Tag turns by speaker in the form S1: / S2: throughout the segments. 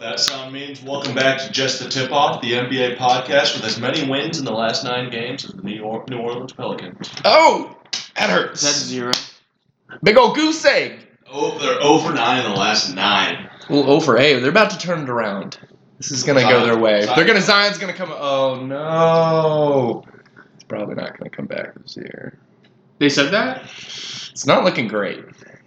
S1: that sound means welcome back to Just the Tip Off, the NBA podcast with as many wins in the last nine games as the New, York, New Orleans Pelicans.
S2: Oh, that
S3: Is that
S2: hurts.
S3: zero?
S2: Big old goose egg.
S1: Oh, they're over nine in the last nine.
S2: Well, over oh, A. They're about to turn it around. This is gonna go their way. They're gonna Zion's gonna come. Oh no. It's probably not gonna come back this year.
S3: They said that?
S2: It's not looking great.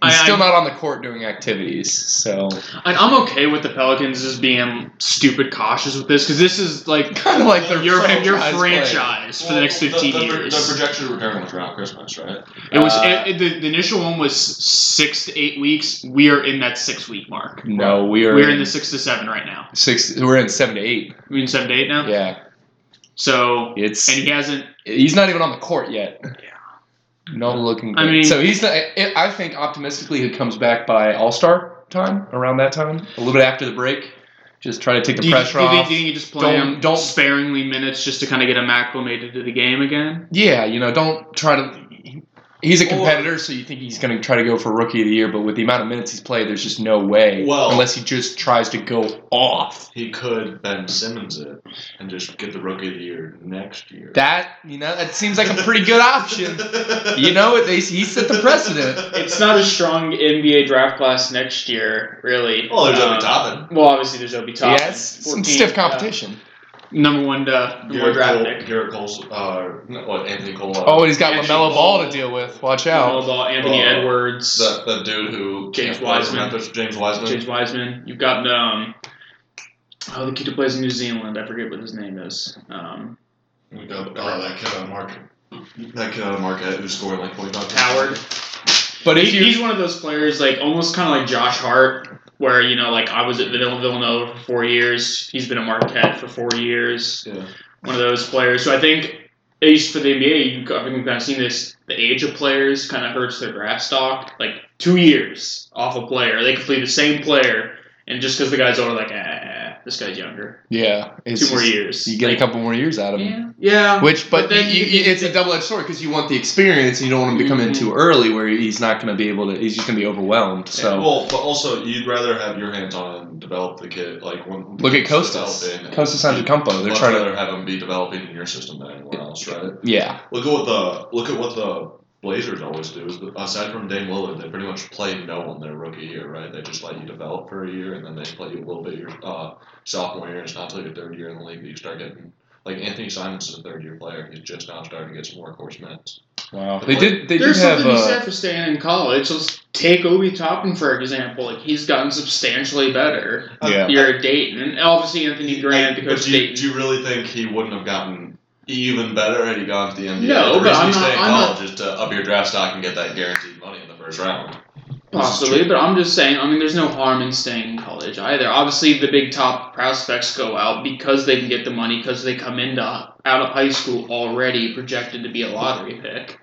S2: He's
S3: I,
S2: still
S3: I,
S2: not on the court doing activities. So
S3: I, I'm okay with the Pelicans just being stupid cautious with this because this is like
S2: kind of like their
S3: your
S2: franchise.
S3: your
S2: player.
S3: franchise for the next 15
S1: the, the,
S3: years.
S1: The projected return was around Christmas, right?
S3: It was
S2: Uh,
S3: it, it- the, the initial one was six to eight weeks. We are in that six week mark.
S2: No, we are
S3: We're in the six to seven right now.
S2: six. We're in seven to eight.
S3: We're in seven to eight now.
S2: Yeah,
S3: So
S2: it's
S3: and he hasn't.
S2: he's not even on the court yet. Yeah. Not looking.
S3: I
S2: Good.
S3: mean-
S2: so he's. Not, I I think optimistically he comes back by All Star time around that time, a little bit after the break. Just try to take the
S3: do you,
S2: pressure
S3: do you think-
S2: off.
S3: do you think you just play
S2: Don't-
S3: him
S2: don't-
S3: sparingly minutes just to kind of get him acclimated to the game again?
S2: yeah, you know, don't try to. He's a
S1: Or-
S2: competitor, so you think he's going to try to go for rookie of the year, but with the amount of minutes he's played, there's just no way.
S1: Well-
S2: unless he just tries to go off.
S1: He could Ben Simmons it and just get the Rookie of the Year next year.
S2: That you know, that seems like a pretty good option. You know, they, he set the precedent.
S3: It's not a strong NBA draft class next year, really. Um,
S1: Well, there's Obi Toppin.
S3: Well, obviously there's Obi Toppin.
S2: Yeah, it's some stiff competition.
S3: uh, number one uh, number one draft
S1: Cole-
S3: pick.
S1: Garrett Cole's, uh, no, what, Anthony Cole.
S2: oh, and he's got
S3: Andrew
S2: Lamelo Ball
S3: Ball.
S2: to deal with. Watch
S3: Lamelo
S2: out.
S3: Ball, Anthony
S1: Well,
S3: Edwards,
S1: the, the dude who can't
S3: James
S1: play for
S3: Wiseman.
S1: Memphis, James Wiseman.
S3: James Wiseman. You've got um, oh, the kid who plays in New Zealand. I forget what his name is. Um,
S1: We got uh, that kid out of market. That kid out of market who scored like 25 points.
S3: Howard.
S2: But if
S3: He-
S2: you
S3: he's one of those players, like almost kind of like Josh Hart, where you know, like I was at Vill- Villanova for four years. He's been at Marquette for four years.
S1: Yeah.
S3: One of those players. So I think. At least for the NBA, you've got- I think we've kind of seen this. The age of players kind of hurts their draft stock. Like two years off a player, they could play the same player, and just because the guy's older, like ah, this guy's younger.
S2: Yeah, it's
S3: two more
S2: just-
S3: years.
S2: You get a
S3: Like,
S2: couple more years out of him.
S3: Yeah. Yeah.
S2: Which, but,
S3: But then
S2: you,
S3: you-
S2: you- it's a double-edged sword because you want the experience and you don't want him to come in
S3: Mhm.
S2: too early where he's not going to be able to. He's just going to be overwhelmed. So
S1: Well, but also you'd rather have your hands on it and develop the kid like when
S2: look at
S1: it's
S2: Costas,
S1: developing.
S2: Costas Antetokounmpo. They're
S1: Much
S2: trying to.
S1: rather have him be developing in your system than anyone else, right?
S2: Yeah,
S1: Look at what the look at what the Blazers always do. Is that aside from Dame Lillard, they pretty much play no one their rookie year, right? They just let you develop for a year, and then they play you a little bit your uh, sophomore year. And it's not till your third year in the league that you start getting like Anthony Simons is a third year player. He's just now starting to get some workhorse minutes.
S2: wow. They did. They did
S3: There's
S2: have.
S3: something to be
S2: Uh,
S3: said for staying in college. Let's take Obi Toppin for example. Like he's gotten substantially better
S2: yeah,
S3: year at Dayton, and obviously Anthony Grant, the
S1: But
S3: coach of
S1: do you,
S3: Dayton.
S1: do you really think he wouldn't have gotten even better had he gone to the NBA?
S3: No,
S1: the
S3: but
S1: reason
S3: I'm
S1: you
S3: not-
S1: stay in
S3: I'm not-
S1: college is to up your draft stock and get that guaranteed money in the first round.
S3: Possibly, but I'm just saying. I mean, there's no harm in staying in college either. Obviously, the big top prospects go out because they can get the money because they come into out of high school already projected to be a lottery pick.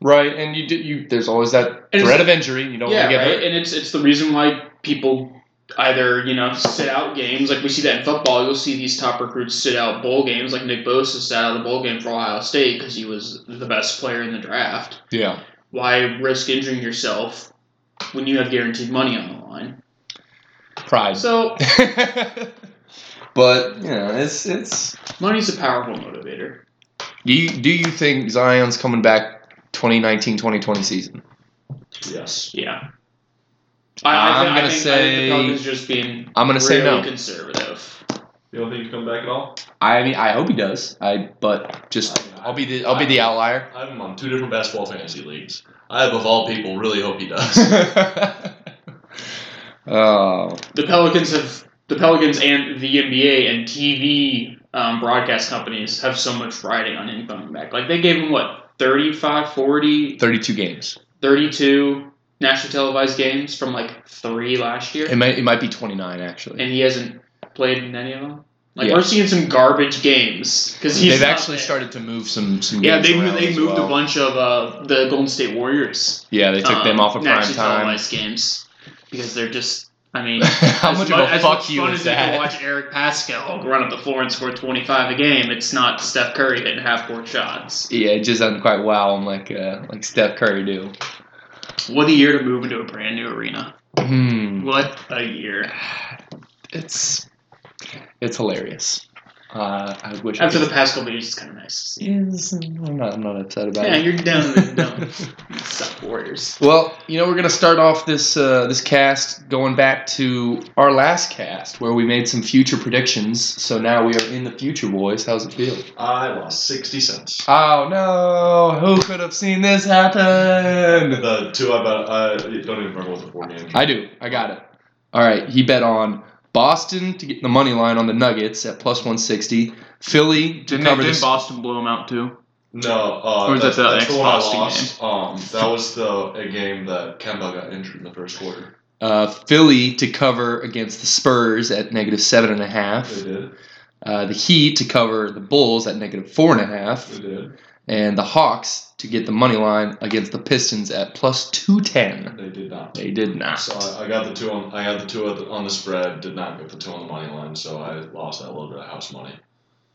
S2: right. And you did. You there's always that
S3: And
S2: threat of injury. You don't
S3: yeah,
S2: want to get
S3: right.
S2: hurt.
S3: And it's it's the reason why people either you know sit out games like we see that in football. You'll see these top recruits sit out bowl games. Like Nick Bosa sat out of the bowl game for Ohio State because he was the best player in the draft.
S2: Yeah.
S3: Why risk injuring yourself when you have guaranteed money on the line?
S2: Pride.
S3: So
S2: but you know, it's it's.
S3: money's a powerful motivator.
S2: Do you, do you think Zion's coming back 2019-2020 season?
S1: Yes.
S3: Yeah. I, I
S2: I'm
S3: thi-
S2: gonna
S3: I think, I think
S2: say-
S3: the Pelicans just being
S2: I'm gonna say
S3: really
S2: no.
S3: conservative.
S1: You don't think he's come back at all?
S2: I mean, I hope he does. I but just I'll be the I'll be the outlier.
S1: I have him on two different basketball fantasy leagues. I have, of all people, really hope he does.
S2: oh,
S3: the Pelicans have the Pelicans and the NBA and TV um, broadcast companies have so much riding on him coming back. Like they gave him what 35, 40,
S2: 32 games.
S3: 32 nationally televised games from like three last year,
S2: It might it might be 29 actually.
S3: and he hasn't played in any of them. Like
S2: Yeah.
S3: we're seeing some garbage games because he's
S2: They've
S3: not
S2: actually
S3: there.
S2: started to move some some.
S3: Yeah,
S2: games
S3: they
S2: around
S3: moved, they
S2: as
S3: moved
S2: well.
S3: a bunch of uh, the Golden State Warriors.
S2: Yeah, they took them
S3: um,
S2: off of prime
S3: nationally
S2: time.
S3: televised games because they're just. I mean,
S2: How
S3: As
S2: much
S3: mu-
S2: of a
S3: as
S2: fuck
S3: much
S2: you
S3: fun
S2: is
S3: as you can
S2: that?
S3: watch Eric Pascal run up the floor and score 25 a game. It's not Steph Curry hitting half court shots.
S2: Yeah, it just doesn't quite wow him like uh, like Steph Curry do.
S3: What a year to move into a brand new arena.
S2: Hmm.
S3: What a year.
S2: it's it's hilarious. Uh, I wish I
S4: After the
S2: could-
S4: past couple of years, it's kind of nice.
S2: Yes, I'm not, I'm not upset about
S4: Yeah,
S2: it.
S4: you're down there, dumb. You Suck Warriors.
S2: Well, you know, we're gonna start off this uh, this cast going back to our last cast where we made some future predictions. So now we are in the future, boys. How's it feel?
S1: I lost sixty cents.
S2: Oh no! Who could have seen this happen?
S1: The two I bet I don't even remember what the four names.
S2: I do. I got it. All right. He bet on Boston to get the money line on the Nuggets at plus one sixty. Philly to
S3: Didn't,
S2: cover
S3: didn't
S2: this.
S3: Boston blow him out too?
S1: No, uh,
S3: Or is
S1: that's,
S3: that the
S1: that's the one I
S3: ex-Boston
S1: lost. Um, that was the a game that Kemba got injured in the first quarter.
S2: Uh, Philly to cover against the Spurs at negative seven and a half.
S1: They did.
S2: Uh, the Heat to cover the Bulls at negative four and a half.
S1: They did.
S2: and the Hawks to get the money line against the Pistons at plus 210.
S1: They did not.
S2: They did not.
S1: So I, I got the two on. I had the two on the, on the spread. Did not get the two on the money line. So I lost that little bit of house money.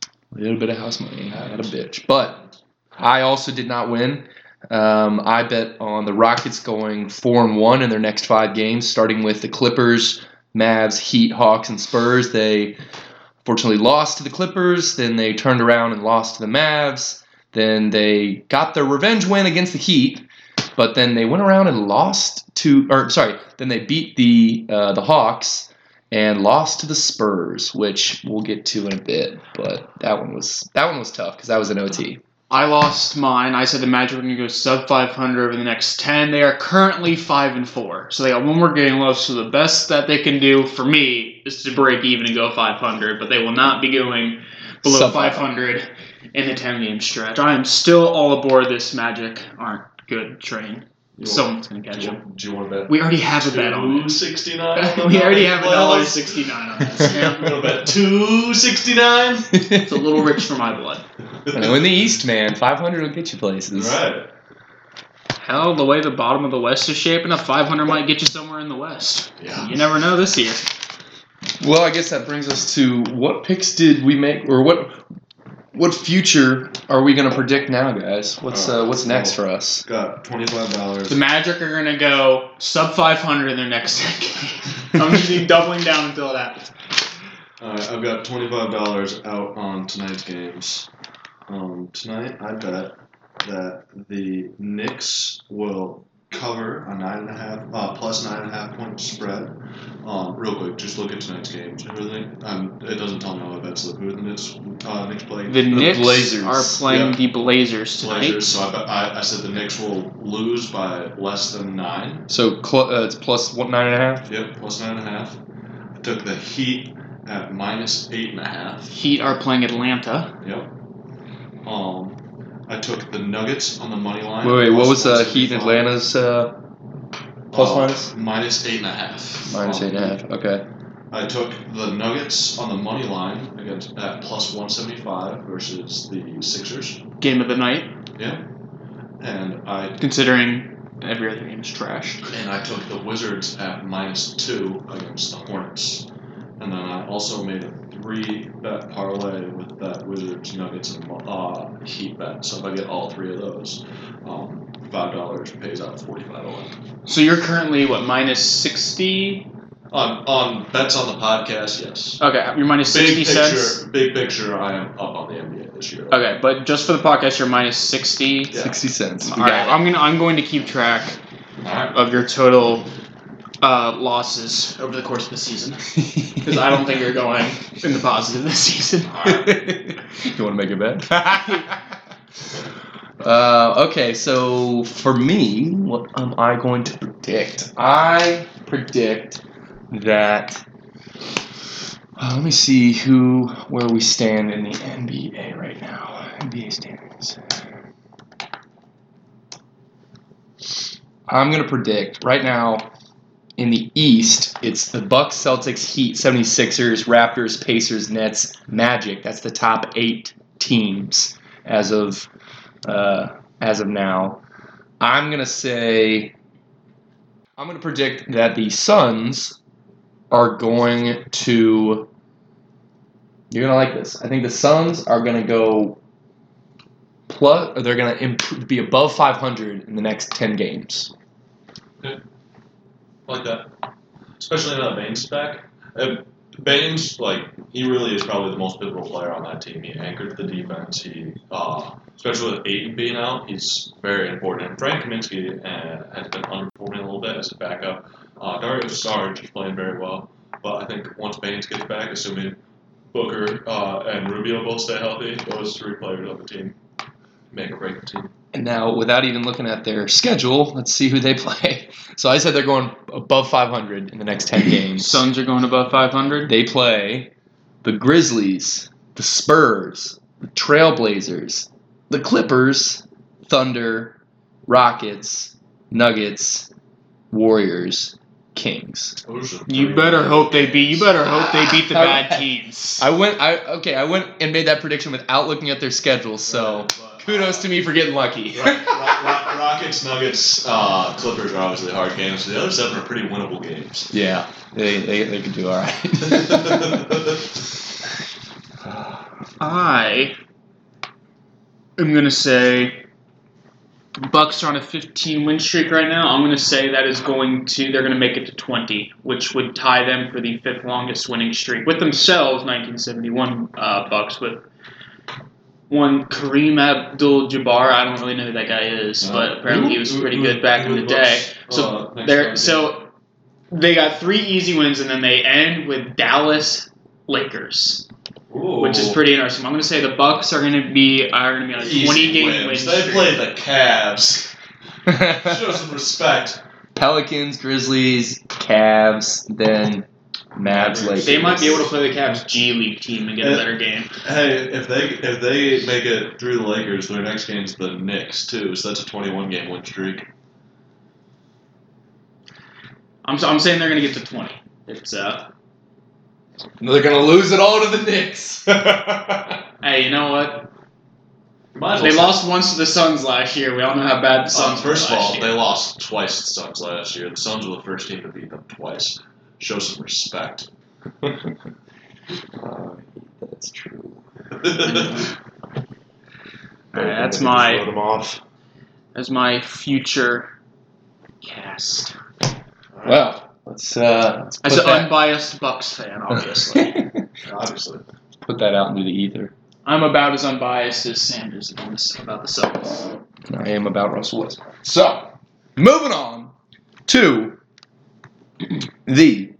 S2: A little bit of house money. I had a bitch. But I also did not win. Um, I bet on the Rockets going 4 and 1 in their next five games, starting with the Clippers, Mavs, Heat, Hawks, and Spurs. They fortunately lost to the Clippers, then they turned around and lost to the Mavs. Then they got their revenge win against the Heat, but then they went around and lost to, or sorry, then they beat the uh, the Hawks and lost to the Spurs, which we'll get to in a bit. But that one was that one was tough because that was an OT.
S3: I lost mine. I said the Magic were going to go sub 500 over the next 10. They are currently 5 and 4. So they got one more game left. So the best that they can do for me is to break even and go 500, but they will not be going below
S2: Sub
S3: 500 in the 10 game stretch. I am still all aboard this Magic aren't good train.
S1: You
S3: Someone's going to
S1: want-
S3: catch
S1: do you,
S3: them.
S1: want- do you want to bet?
S3: We already have a bet on
S1: Two
S3: it.
S1: sixty nine.
S3: we already have a dollar
S1: dollars.
S3: sixty-nine on this.
S1: I'm
S3: Yeah.
S1: gonna bet two sixty nine.
S3: It's a little rich for my blood.
S2: You know, in the East, man, 500 will get you places.
S1: Right.
S3: Hell, the way the bottom of the West is shaping up, 500 might get you somewhere in the West.
S1: Yeah.
S3: You never know this year.
S2: Well, I guess that brings us to what picks did we make, or what what future are we going to predict now, guys? What's uh, what's next for us?
S1: Got twenty five dollars.
S3: The Magic are going to go sub 500 in their next game. I'm going to be doubling down until it happens.
S1: Alright, I've got twenty-five dollars out on tonight's games. Um, tonight, I bet that the Knicks will cover a nine and a half, uh, plus nine and a half point spread. Um, real quick, just look at tonight's games. Who are they? Um, it doesn't tell me all my bets. Look who the Knicks, uh, Knicks play.
S3: The Knicks
S2: Blazers.
S3: are playing
S1: Yep.
S3: the Blazers tonight.
S1: Blazers. So I, bet, I, I said the Knicks will lose by less than nine.
S2: So cl- uh, it's plus what nine and a half.
S1: Yep, plus nine and a half. I took the Heat at minus eight and a half.
S3: Heat are playing Atlanta.
S1: Yep. Um, I took the Nuggets on the money line.
S2: Wait, wait, what was uh,
S1: the
S2: Heat and Atlanta's uh, plus minus?
S1: Minus eight and a half.
S2: Minus
S1: Um,
S2: eight and a half. Okay.
S1: I took the Nuggets on the money line against at plus one seventy five versus the Sixers.
S3: Game of the night,
S1: And I
S3: considering every other game is trash.
S1: and I took the Wizards at minus two against the Hornets. And then I also made a three bet parlay with that Wizards Nuggets and uh, Heat bet. So if I get all three of those, um, five dollars pays out forty five eleven.
S3: So you're currently, what, minus 60?
S1: On on bets on the podcast, yes.
S3: Okay, you're minus 60
S1: big picture,
S3: cents.
S1: big picture. I am up on the NBA this year.
S3: Okay, but just for the podcast, you're minus 60.
S1: Yeah.
S2: Sixty cents.
S3: All right, I'm gonna I'm going to keep track
S1: All right.
S3: of your total uh, losses over the course of the season because I don't think you're going in the positive this season.
S1: All right.
S2: you want to make a bet? uh, okay, so for me, what am I going to predict? I predict that. Uh, let me see who where we stand in the NBA right now. NBA standings. I'm gonna predict right now in the East, it's the Bucks, Celtics, Heat, 76ers, Raptors, Pacers, Nets, Magic. That's the top eight teams as of uh, as of now. I'm gonna say I'm gonna predict that the Suns are going to. You're gonna like this. I think the Suns are gonna go plus. Or they're gonna imp- be above 500 in the next 10 games.
S1: uh, like that. Especially now that Bane's back. It, Uh, Baines, like he really is probably the most pivotal player on that team. He anchored the defense. He, uh, especially with Aiden being out, he's very important. And Frank Kaminsky uh, has been underperforming a little bit as a backup. Uh, Dario Sarge is playing very well, but I think once Baines gets back, assuming Booker uh, and Rubio both stay healthy, those three players on the team make or break the team.
S2: And now, without even looking at their schedule, let's see who they play. So I said they're going above 500 in the next 10 games.
S3: Suns are going above 500.
S2: They play the Grizzlies, the Spurs, the Trailblazers, the Clippers, Thunder, Rockets, Nuggets, Warriors, Kings.
S1: Those are three-
S3: You better hope they beat. You better hope they beat the
S2: I-
S3: bad teams.
S2: I went I okay, I went and made that prediction without looking at their schedule, so
S1: But-
S2: kudos to me for getting lucky.
S1: Ro- Ro- Ro- Rockets, Nuggets, uh, Clippers are obviously hard games. The other seven are pretty winnable games.
S2: yeah. They they, they could do all
S3: I am gonna say Bucks are on a 15 win streak right now. I'm gonna say that is going to they're gonna make it to 20, which would tie them for the fifth longest winning streak with themselves. 1971 uh, Bucks with one Kareem Abdul-Jabbar. I don't really know who that guy
S1: Uh,
S3: is, but apparently he was pretty good back in the day. So
S1: Oh,
S3: there, so they got three easy wins, and then they end with Dallas Lakers which is pretty interesting. I'm going to say the Bucks are going to be are going to be on a 20 game win
S1: wins.
S3: streak.
S1: They played the Cavs.
S2: right.
S1: Show some respect.
S2: Pelicans, Grizzlies, Cavs, then Mavs, Lakers.
S3: They might be able to play the Cavs G League team and get a
S1: Yeah.
S3: better game.
S1: Hey, if they if they make it through the Lakers, their next game's the Knicks too. So that's a 21 game win streak.
S3: I'm, I'm saying they're going to get to 20. It's uh,
S2: They're gonna lose it all to the Knicks.
S3: hey, you know what?
S1: Might as
S3: They
S1: well
S3: lost once to the Suns last year. We all know how bad the
S1: say- Um,
S3: Suns. were
S1: first of
S3: last
S1: all,
S3: year.
S1: they lost twice to the Suns last year. The Suns were the first team to beat them twice. Show some respect. Uh,
S2: That's true.
S3: All right, that's
S1: Just
S3: my-
S1: wrote 'em off.
S3: that's my future cast.
S2: Well, let's uh, let's put,
S3: As an
S2: that,
S3: unbiased Bucks fan, obviously,
S1: Obviously.
S2: put that out into the ether.
S3: I'm about as unbiased as Sanders is on this- about the Suns.
S2: And I am about Russell Westbrook. So, moving on to the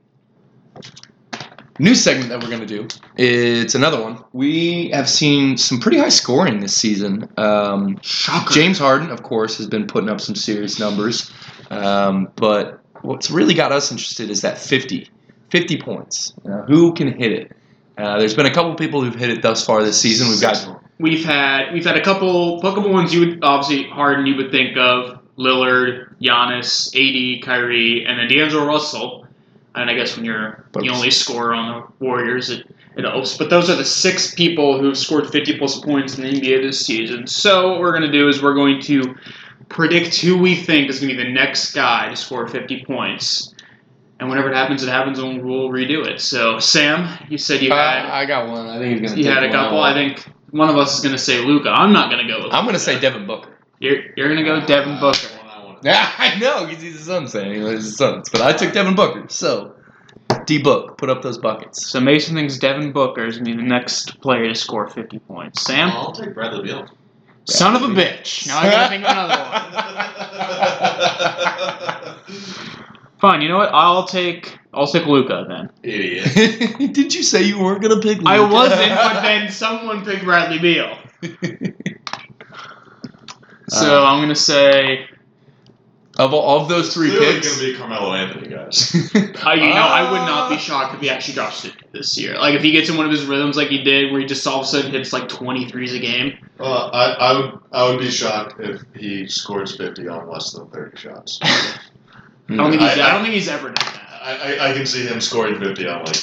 S2: new segment that we're going to do. It's another one. We have seen some pretty high scoring this season. Um,
S3: Shocker.
S2: James Harden, of course, has been putting up some serious numbers. Um, but what's really got us interested is that 50, 50 points. Uh, who can hit it? Uh, there's been a couple people who've hit it thus far this season. We've got
S3: We've had we've had a couple a couple ones you would obviously Harden you would think of Lillard, Giannis, AD, Kyrie, and then D'Angelo Russell. And I guess when you're
S2: But-
S3: the only scorer on the Warriors, it, it helps. But those are the six people who have scored 50 plus points in the NBA this season. So what we're going to do is we're going to predict who we think is going to be the next guy to score 50 points. And whenever it happens, it happens, and we'll redo it. So Sam, you said you had
S2: Uh, I got one. I think he's going to
S3: you had a couple. I think one of us is going to say Luca. I'm not going to go with
S2: I'm going to
S3: Luka.
S2: say Devin Booker.
S3: You're, you're going to go Devin Booker.
S2: Yeah, I know because he's a Suns fan. He loves his Suns, but I took Devin Booker. So, D Book, put up those buckets.
S3: So Mason thinks Devin Booker is going to be the next player to score 50 points. Sam?
S1: I'll take Bradley Beal.
S3: Son of a bitch. Now I got to think of another one. Fine, you know what? I'll take I'll take Luca then.
S1: Idiot.
S2: one. Did you say you weren't going to pick? Luka?
S3: I wasn't, but then someone picked Bradley Beal. So I'm going to say
S2: of all of those three
S1: Clearly
S2: picks,
S1: gonna be Carmelo Anthony, guys.
S3: I, you know, I would not be shocked if he actually drops it this year. Like if he gets in one of his rhythms like he did where he just all of a sudden hits like 23s a game.
S1: Uh, I, I would I would be shocked if he scores fifty on less than thirty shots.
S3: I don't think he's,
S1: I-
S3: I don't think he's ever done that.
S1: I, I, I can see him scoring fifty on like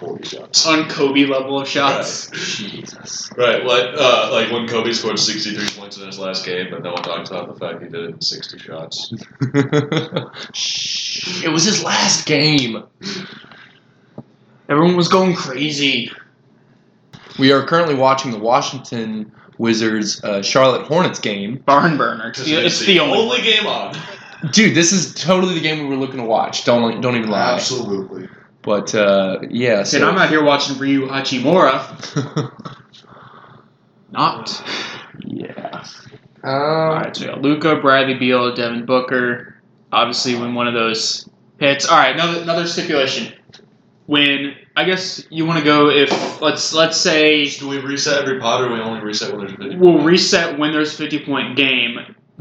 S1: forty shots.
S3: on Kobe level of shots.
S2: Jesus.
S1: Right, like uh, like when Kobe scored sixty three points in his last game, but no one talks about the fact he did it in sixty shots.
S2: it was his last game.
S3: Everyone was going crazy.
S2: We are currently watching the Washington Wizards uh, Charlotte Hornets game.
S3: Barn burner. It's the, it's the only.
S1: game on.
S2: Dude, this is totally the game we were looking to watch. Don't don't even lie.
S1: Absolutely.
S2: But uh, yeah, so
S3: And I'm out here watching Ryu Hachimura. Not.
S2: yeah. Um,
S3: All right, so we got Luca, Bradley Beal, Devin Booker. Obviously, when one of those hits. All right, another another stipulation. When I guess you want to go if let's let's say
S1: Do we reset every pod or we only reset when there's a video?
S3: we'll reset when there's 50 point game.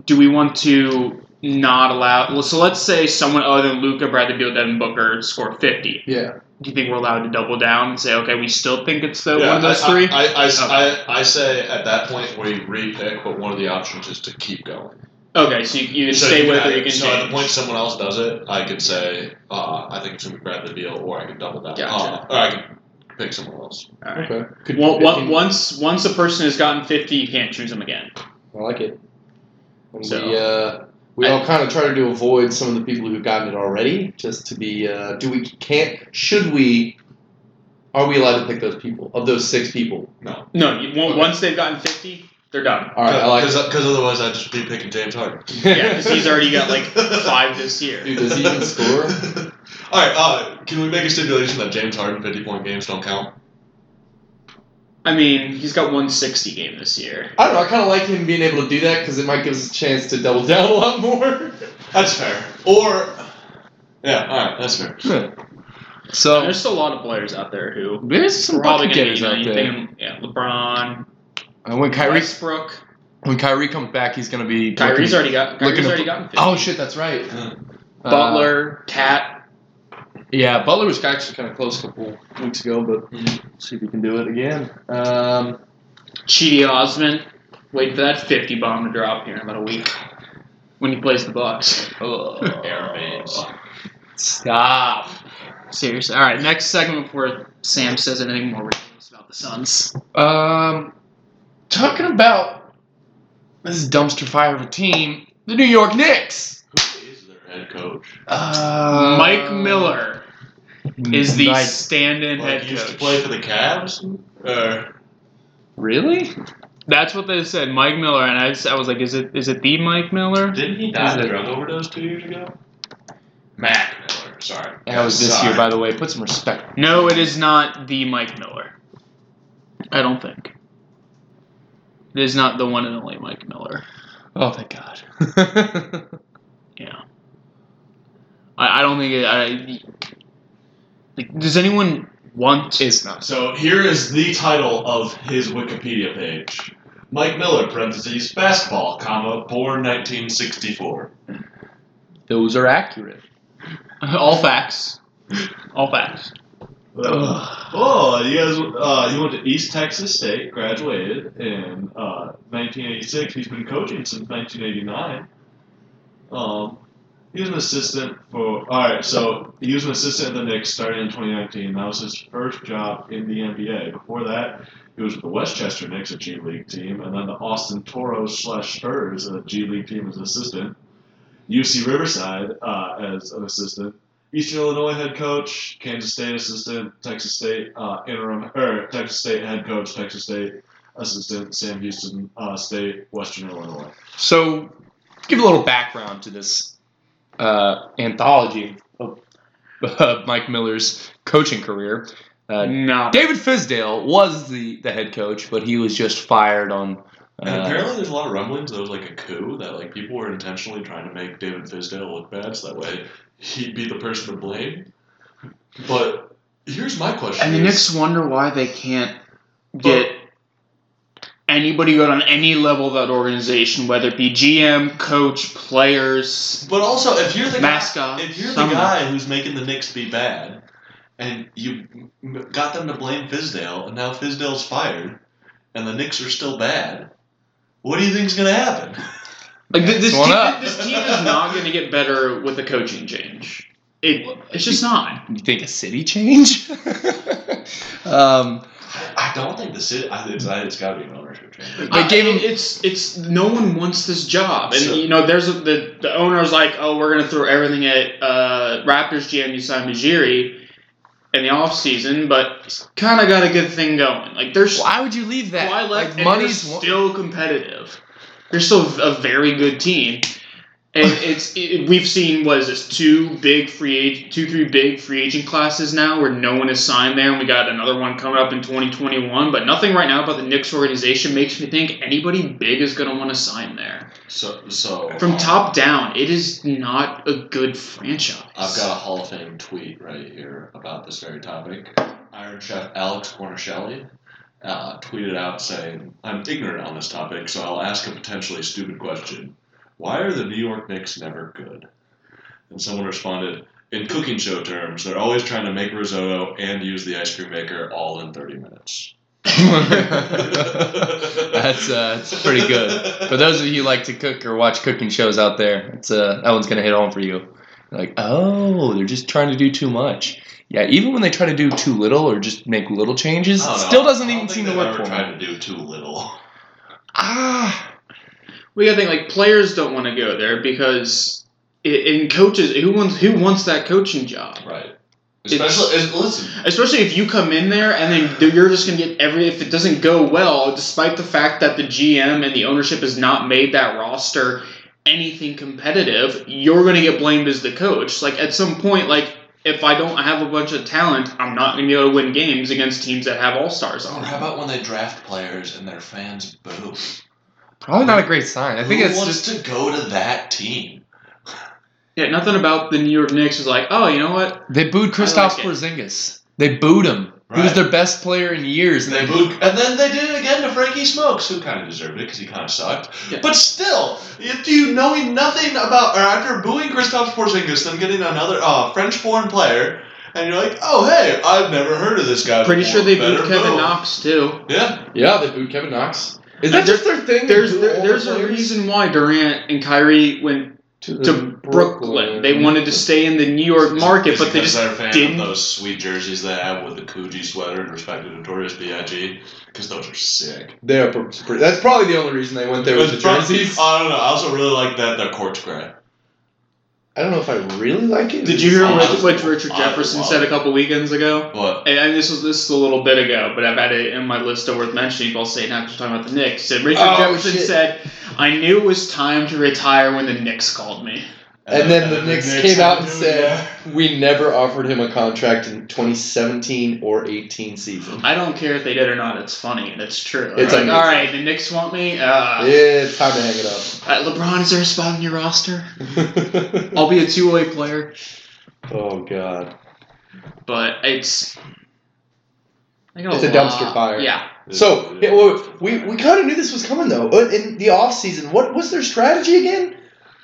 S3: Do we want to not allow? Well, so let's say someone other than Luca, Bradley Beal, Devin Booker score 50.
S2: Yeah.
S3: Do you think we're allowed to double down and say, okay, we still think it's the, one
S1: Yeah,
S3: of those
S1: I-
S3: three?
S1: I, I, I,
S3: Okay.
S1: I say at that point we re-pick, but one of the options is to keep going.
S3: okay, so you, you can
S1: So
S3: stay
S1: you
S3: with
S1: can
S3: it.
S1: add-
S3: You can
S1: so at the
S3: change.
S1: point someone else does it, I could say uh, I think it's gonna be Bradley Beal, or I can double down,
S3: Gotcha.
S1: uh, or I can pick someone else.
S3: All right.
S2: Okay. Could
S5: One-
S2: be
S5: one-
S2: 15.
S5: once once a person has gotten fifty, you can't choose them again.
S2: I like it. And
S5: So-
S2: we, uh, we
S5: I-
S2: all kind of try to avoid some of the people who've gotten it already, just to be. Uh, do we can't? Should we? Are we allowed to pick those people of those six people?
S5: No, you, on-
S2: Okay.
S5: once they've gotten fifty, they're done.
S2: All right, I like.
S1: because otherwise I'd just be picking James Harden.
S2: it.
S5: Uh, Yeah, because he's already got like five this year.
S2: Dude, does he even score?
S1: All right, uh, can we make a stipulation that James Harden fifty point games don't count?
S5: I mean, he's got one sixty game this year.
S2: I don't know. I kind of like him being able to do that because it might give us a chance to double down a lot more.
S1: That's fair. Or yeah, all right, that's fair.
S2: So
S5: There's still a lot of players out there who
S2: there's some
S5: probably
S2: probably
S5: gonna be,
S2: getters
S5: you know,
S2: out
S5: you
S2: there.
S5: think, yeah, LeBron,
S2: And Uh, when Kyrie
S5: Westbrook.
S2: when Kyrie comes back, he's gonna be
S5: Kyrie's already got. Kyrie's
S2: looking
S5: already
S2: to-
S5: gotten fifty.
S2: Oh shit, that's right.
S1: Yeah.
S2: Uh,
S5: Butler, Cat.
S2: Yeah, Butler was actually kind of close a couple weeks ago, but see if we can do it again. Um,
S5: Chidi Osman. Wait for that fifty bomb to drop here in about a week when he plays the Bucks.
S2: Oh.
S1: Air Mains.
S2: Stop.
S3: Seriously. All right, next segment before Sam says anything more ridiculous about the Suns.
S2: Um, talking about this is dumpster fire of a team, the New York Knicks.
S1: Who is their head coach?
S2: Uh,
S3: Mike Miller is the stand-in
S1: Like,
S3: head
S1: used
S3: coach.
S1: to play for the Cavs. Or
S2: really?
S3: That's what they said, Mike Miller, and I, just- I was like, is it is it the Mike Miller?
S1: didn't he die
S2: Is
S1: of
S2: it-
S1: a drug overdose two years ago? Mac Miller, sorry.
S2: That was this
S1: Sorry.
S2: year, by the way. Put some respect.
S3: No, it is not the Mike Miller. I don't think. It is not the one and only Mike Miller.
S2: Oh, thank God.
S3: I, I don't think it. I, like, does anyone want?
S2: it's not.
S1: So here is the title of his Wikipedia page. Mike Miller, parentheses, basketball, comma, born 1964.
S2: Those are accurate.
S3: all facts? All facts.
S1: Oh, you guys, uh, he went to East Texas State, graduated in uh, 1986. He's been coaching since 1989. Um, he was an assistant for, alright, so he was an assistant at the Knicks starting in 2019. That was his first job in the NBA. Before that, he was with the Westchester Knicks, a G League team, and then the Austin Toros slash Spurs, a G League team as an assistant. UC Riverside uh, as an assistant. Eastern Illinois head coach, Kansas State assistant, Texas State uh, interim, or Texas State head coach, Texas State assistant, Sam Houston uh, State, Western Illinois.
S2: So, give a little background to this uh, anthology of uh, Mike Miller's coaching career. Uh,
S3: No.
S2: David Fizdale was the, the head coach, but he was just fired on.
S1: And
S2: Uh,
S1: apparently, there's a lot of rumblings. There was like a coup that like people were intentionally trying to make David Fizdale look bad, so that way he'd be the person to blame. But here's my question:
S3: And the
S1: is-
S3: Knicks wonder why they can't get anybody good on any level of that organization, whether it be GM, coach, players,
S1: But also, if you're the guy,
S3: mascot.
S1: if you're the
S3: someone.
S1: guy who's making the Knicks be bad, and you m- got them to blame Fizdale, and now Fizdale's fired, and the Knicks are still bad, what do you think's gonna happen?
S3: like th- this,
S2: One
S3: team,
S2: up.
S3: this team is not going to get better with a coaching change. It, it's just not.
S2: you think a city change? um,
S1: I, I don't think the city. I, it's, I- it's got to be an ownership change.
S2: They
S3: I-
S2: gave him-
S3: it- It's it's no one wants this job, and
S1: So-
S3: you know there's a, the the owner's like, oh, we're gonna throw everything at uh, Raptors GM Usai Majiri in the offseason, but he's kind of got a good thing going. Like there's
S2: why would you leave that?
S3: Why left?
S2: like
S3: and
S2: money's
S3: they're
S2: one-
S3: still competitive. They're still a very good team. and it's it, we've seen what is this two big free agent two three big free agent classes now where no one is signed there, and we got another one coming up in 2021. But nothing right now about the Knicks organization makes me think anybody big is going to want to sign there.
S1: So, so
S3: From
S1: um,
S3: top down, it is not a good franchise.
S1: I've got a Hall of Fame tweet right here about this very topic. Iron Chef Alex Cornishelli uh, tweeted out saying, I'm ignorant on this topic, so I'll ask a potentially stupid question. Why are the New York Knicks never good? And someone responded, In cooking show terms, they're always trying to make risotto and use the ice cream maker all in 30 minutes.
S2: That's, uh, that's pretty good. For those of you who like to cook or watch cooking shows out there, it's uh, that one's gonna hit home for you. Like, oh, they're just trying to do too much. Yeah, even when they try to do too little or just make little changes,
S1: I don't
S2: it
S1: know.
S2: still doesn't
S1: I don't
S2: even
S1: think
S2: seem to
S1: they've
S2: work
S1: ever
S2: for
S1: tried
S2: them.
S1: to do too little.
S2: Ah,
S3: We gotta think like players don't want to go there because it, and coaches who wants who wants that coaching job.
S1: Right.
S3: It's-
S1: Especially, it's, listen,
S3: Especially if you come in there and then you're just gonna get every if it doesn't go well, despite the fact that the GM and the ownership has not made that roster anything competitive, you're gonna get blamed as the coach. Like at some point, like if I don't have a bunch of talent, I'm not gonna be able to win games against teams that have all stars on.
S1: or
S3: them.
S1: how about when they draft players and their fans boo?
S2: probably not a great sign. I think
S1: Who
S2: it's just
S1: wants to go to that team?
S3: Yeah, nothing about the New York Knicks is like, oh, you know what?
S2: They booed Kristaps
S3: it.
S2: Porzingis. They booed him. He was
S1: Right.
S2: their best player in years, and
S1: They booed, and then they did it again to Frankie Smokes, who kind of deserved it because he kind of sucked.
S3: Yeah.
S1: But still, if you knowing nothing about, or after booing Kristaps Porzingis, then getting another uh, French-born player, and you're like, oh hey, I've never heard of this guy.
S3: Pretty
S1: before.
S3: sure they
S1: Better
S3: booed Kevin
S1: boom.
S3: Knox too.
S1: Yeah,
S2: yeah, they booed Kevin Knox. Is
S3: Uh,
S2: that just their thing?
S3: There's
S2: Boo
S3: there,
S2: all
S3: there's
S2: the
S3: a
S2: players
S3: reason why Durant and Kyrie went
S2: to,
S3: to Brooklyn. They wanted to stay in the New York market,
S1: It's
S3: but they
S1: because
S3: just
S1: they're a fan
S3: didn't.
S1: Of those sweet jerseys they have with the Coogee sweater and respect to Notorious B.I.G. because those are sick.
S2: They are pr- pr- that's probably the only reason they went there
S1: It
S2: was
S1: was Oh,
S2: the
S1: front-
S2: jerseys.
S1: I don't know. I also really like that that quartz gray.
S2: I don't know if I really like it.
S3: Did you hear
S1: I
S3: what,
S1: was-
S3: what Richard
S1: I
S3: Jefferson
S1: was-
S3: said a couple weekends ago?
S1: But uh,
S3: And, and this was this is a little bit ago, but I've had it in my list of worth mentioning. I'll say it now because we're talking about the Knicks. Said Richard
S2: Oh,
S3: Jefferson
S2: shit.
S3: said, "I knew it was time to retire when the Knicks called me."
S2: And then
S1: uh,
S2: the Knicks came out and said, "We never offered him a contract in 2017 or 18 season.
S3: I don't care if they did or not. It's funny and it's true.
S2: It's
S3: It's like,
S2: amazing.
S3: all right, the Knicks want me. Uh,
S2: It's time to hang
S3: uh, LeBron, is there a spot on your roster?
S2: it up."
S3: I'll be a two-way player,
S2: oh god,
S3: but it's. I got
S2: It's a dumpster
S3: lot-
S2: fire.
S3: Yeah,
S2: So yeah, well, we we kind of knew this was coming though. Uh, In the off season, what was their strategy again?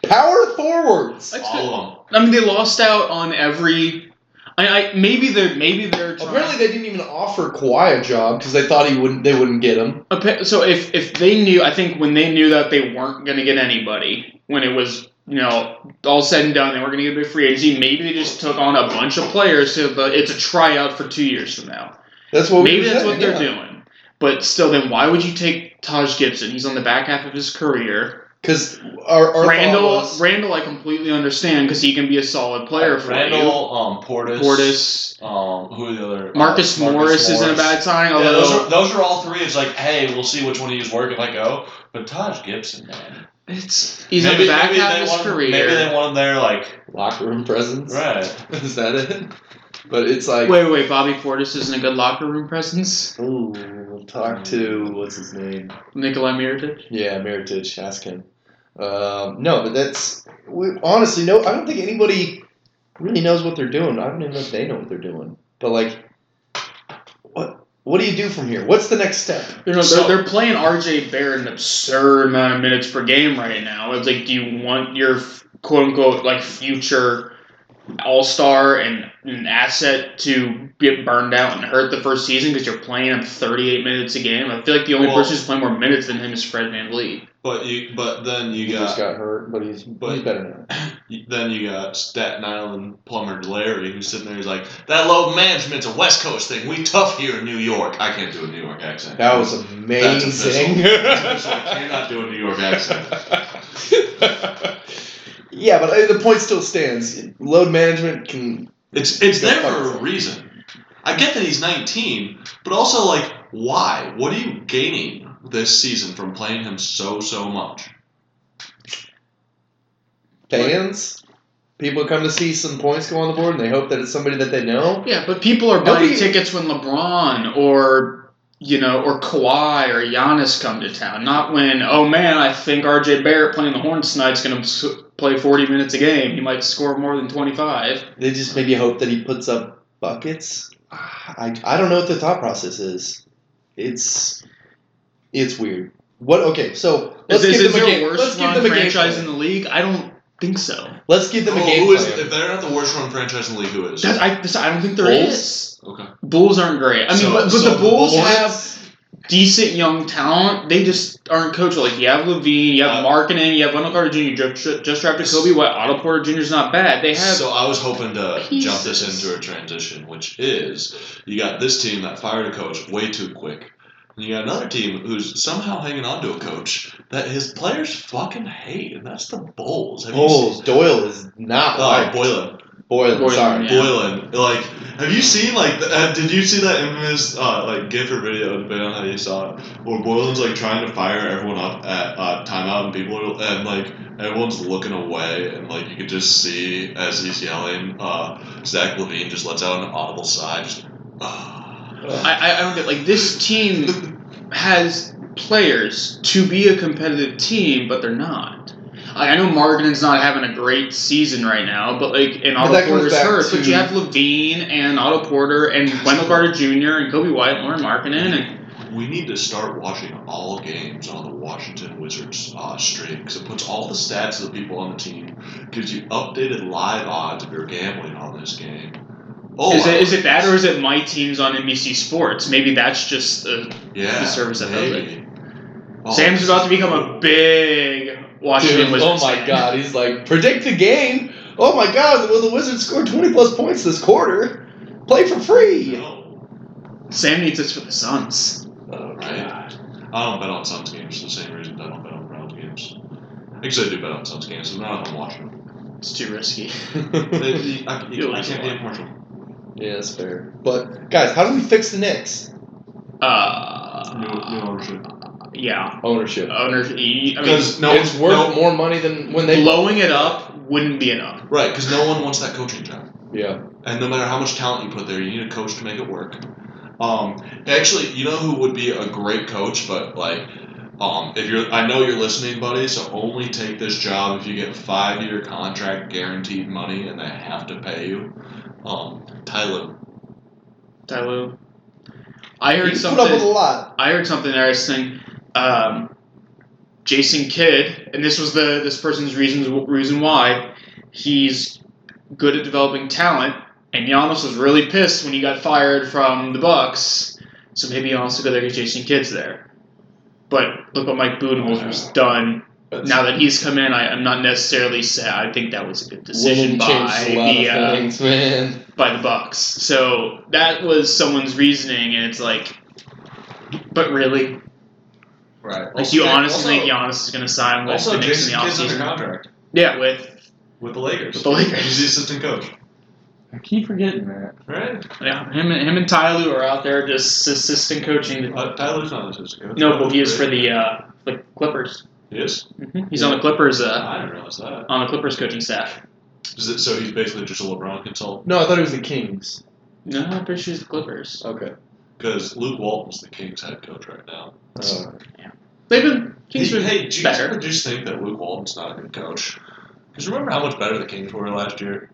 S2: Power forwards.
S3: Like-
S1: all
S3: I mean they lost out on every. I, I maybe they're maybe they're trying-
S2: Apparently, they didn't even offer Kawhi a job because they thought he wouldn't. They wouldn't get him.
S3: Appa- So if if they knew, I think when they knew that they weren't going to get anybody, when it was you know all said and done, they were going to get a big free agency. Maybe they just took on a bunch of players, so the, it's a tryout for two years from now.
S2: That's what.
S3: Maybe
S2: we
S3: that's what they're
S2: yeah.
S3: doing. But still, then why would you take Taj Gibson? He's on the back half of his career.
S2: Because our, our
S3: Randall,
S2: thought was-
S3: Randall, I completely understand because he can be a solid player for
S1: Randall, um,
S3: you.
S1: Portis,
S3: Portis,
S1: um, who are the other?
S3: Marcus,
S1: uh,
S3: Morris, isn't a bad sign.
S1: Yeah,
S3: Although
S1: those are those are all three. It's like, hey, we'll see which one of these work if I go. But Taj Gibson, man,
S3: it's he's on the back half
S1: they
S3: of his
S1: want,
S3: career.
S1: Maybe they want him there, like
S2: locker room presence.
S1: right.
S2: Is that it? But it's like
S3: Wait, wait, wait, Bobby Portis isn't a good locker room presence.
S2: Ooh, we'll talk
S1: Mm.
S2: to what's his name?
S3: Nikolai Mirotic.
S2: Yeah, Miritich. Ask him. Um, no, but that's we, honestly no. I don't think anybody really knows what they're doing. I don't even know if they know what they're doing. But like, what what do you do from here? What's the next step?
S3: You know,
S1: So-
S3: they're, they're playing RJ Barrett an absurd amount of minutes per game right now. It's like, do you want your quote unquote like future all star and an asset to get burned out and hurt the first season because you're playing him 38 minutes a game? I feel like the only
S1: Well-
S3: person who's playing more minutes than him is Fred Van Lee.
S1: But you, but then you
S2: he just
S1: got
S2: got hurt, but he's
S1: But-
S2: he's better now.
S1: then you got Staten Island plumber Larry who's sitting there. He's like, that load management's a West Coast thing. We tough here in New York. I can't do a New York accent.
S2: That was amazing.
S1: So I cannot do a New York accent.
S2: yeah, but uh, the point still stands. Load management can.
S1: It's it's
S2: Go
S1: there
S2: fuck
S1: for a
S2: yourself.
S1: reason. I get that he's 19, but also like, why? What are you gaining this season from playing him so so much?
S2: fans. People come to see some points go on the board, and they hope that it's somebody that they know.
S3: Yeah, but people are buying
S2: Nobody-
S3: tickets when LeBron or you know or Kawhi or Giannis come to town. Not when oh man, I think R.J. Barrett playing the Hornets tonight's going to play forty minutes a game. He might score more than twenty five.
S2: They just maybe hope that he puts up buckets. I, I don't know what the thought process is. It's it's weird. What? Okay, so let's
S3: Is this
S2: give
S3: is
S2: them
S3: there
S2: a
S3: a
S2: game. Let's
S3: worst
S2: give
S3: run
S2: them a game.
S3: franchise in
S2: plan.
S3: the league? I don't think so.
S2: Let's give them a
S1: Well,
S2: game.
S1: Oh, who is,
S2: plan.
S1: if they're not the worst run franchise in the league, who is?
S3: That, I, this- I don't think there is.
S2: Bulls?
S1: okay.
S3: Bulls aren't great. I mean,
S1: So-
S3: but, but
S1: so
S3: the Bulls
S1: Hornets-
S3: have decent young talent. They just aren't coached. Like you have Levine, you have
S1: Uh,
S3: Markkinen, you have Wendell Carter Jr. You just, just drafted Kobe White. Otto Porter Jr. is not bad. They have
S1: So I was hoping to jump this
S3: pieces.
S1: into a transition, which is you got this team that fired a coach way too quick. And you got another team who's somehow hanging on to a coach that his players fucking hate, and that's the Bulls. Have you
S2: Bulls.
S1: seen-
S2: Doyle is not
S1: Oh,
S2: like
S1: Boylan.
S2: Boylan.
S3: Boylan,
S2: sorry.
S3: yeah.
S1: Boylan. Like, have you seen like? The, uh, did you see that infamous uh, like GIF or video, depending on how you saw it, where Boylan's like trying to fire everyone up at uh, timeout, and people are and like everyone's looking away, and like you could just see as he's yelling, uh, Zach Levine just lets out an audible sigh. Just, ah.
S3: I, I, I don't get like this team has players to be a competitive team, but they're not. Like, I know Markkinen's not having a great season right now, but like and
S2: But
S3: Otto
S2: that comes
S3: Porter's
S2: back
S3: hurt. But
S2: to-
S3: you have Levine and Otto Porter and Wendell Carter Jr. and Kobe White, and Lauren Markkinen, and
S1: We need to start watching all games on the Washington Wizards uh, stream because it puts all the stats of the people on the team, gives you updated live odds if you're gambling on this game. Oh,
S3: is
S1: I-
S3: it is it that or is it my teams on NBC Sports? Maybe that's just uh,
S1: Yeah.
S3: the service that does
S1: maybe. Oh,
S3: Sam's about to become a big Washington
S2: Dude,
S3: Wizards.
S2: oh my
S3: fan.
S2: god, he's like, predict the game. Oh my god, will the Wizards score 20 plus points this quarter? Play for free.
S1: No.
S3: Sam needs this for the Suns.
S2: Oh,
S1: Right. I don't bet on Suns games for the same reason I don't bet on Browns games. Actually, I do bet on Suns games, but not if I'm watching them.
S3: It's too risky.
S1: They-
S2: God.
S1: they- I,
S3: You'll
S1: I
S3: lose
S1: can't
S3: a
S1: be
S3: lot.
S1: impartial.
S2: yeah, that's fair. But, guys, how do we fix the Knicks?
S1: New,
S3: Uh,
S1: new ownership.
S3: yeah.
S2: Ownership.
S3: Owners, e- I mean,
S1: Because no,
S2: it's worth
S1: no-
S2: more money than when they.
S3: blowing it up wouldn't be enough.
S1: right, because no one wants that coaching job.
S2: Yeah.
S1: And no matter how much talent you put there, you need a coach to make it work. Um, actually, you know who would be a great coach, but like, um, if you're, I know you're listening, buddy. So only take this job if you get a five-year contract, guaranteed money, and they have to pay you. Um, Tyler,
S3: Tyloo. I
S2: You
S3: heard
S2: put up with a
S3: something.
S2: lot.
S3: I heard something interesting. Um, Jason Kidd, and this was the this person's reasons reason why he's good at developing talent. And Giannis was really pissed when he got fired from the Bucks. So maybe Giannis will go there get Jason Kidd's there. But look what Mike Budenholzer's done now that he's come in, I, I'm not necessarily sad. I think that was a good decision
S2: Winning changed
S3: by
S2: a lot
S3: the
S2: of
S3: uh,
S2: things, man.
S3: by the Bucks. So that was someone's reasoning, and it's like, but really, like
S1: right?
S3: you honestly think Giannis is going to sign with the Knicks in the offseason?
S1: contract
S3: Yeah, with
S1: with the Lakers.
S3: With the Lakers.
S1: He's the assistant coach,
S6: I keep forgetting that.
S1: right?
S3: yeah, him and him and Tyloo are out there just assistant coaching. The,
S1: Uh, Tyler's not an assistant coach.
S3: no, but he is for the uh, the Clippers.
S1: Yes,
S2: Mm-hmm.
S3: He's on the Clippers uh,
S1: I didn't realize that.
S3: on the Clippers coaching staff.
S1: Is it, so he's basically just a LeBron consultant
S2: No, I thought it was the Kings.
S3: No, I'm pretty sure it's the Clippers.
S2: Okay.
S1: because Luke Walton's the Kings head coach right now.
S2: Uh,
S3: They've been Kingsford.
S1: hey, do you,
S3: better.
S1: do you just think that Luke Walton's not a good coach? Because remember how much better the Kings were last year?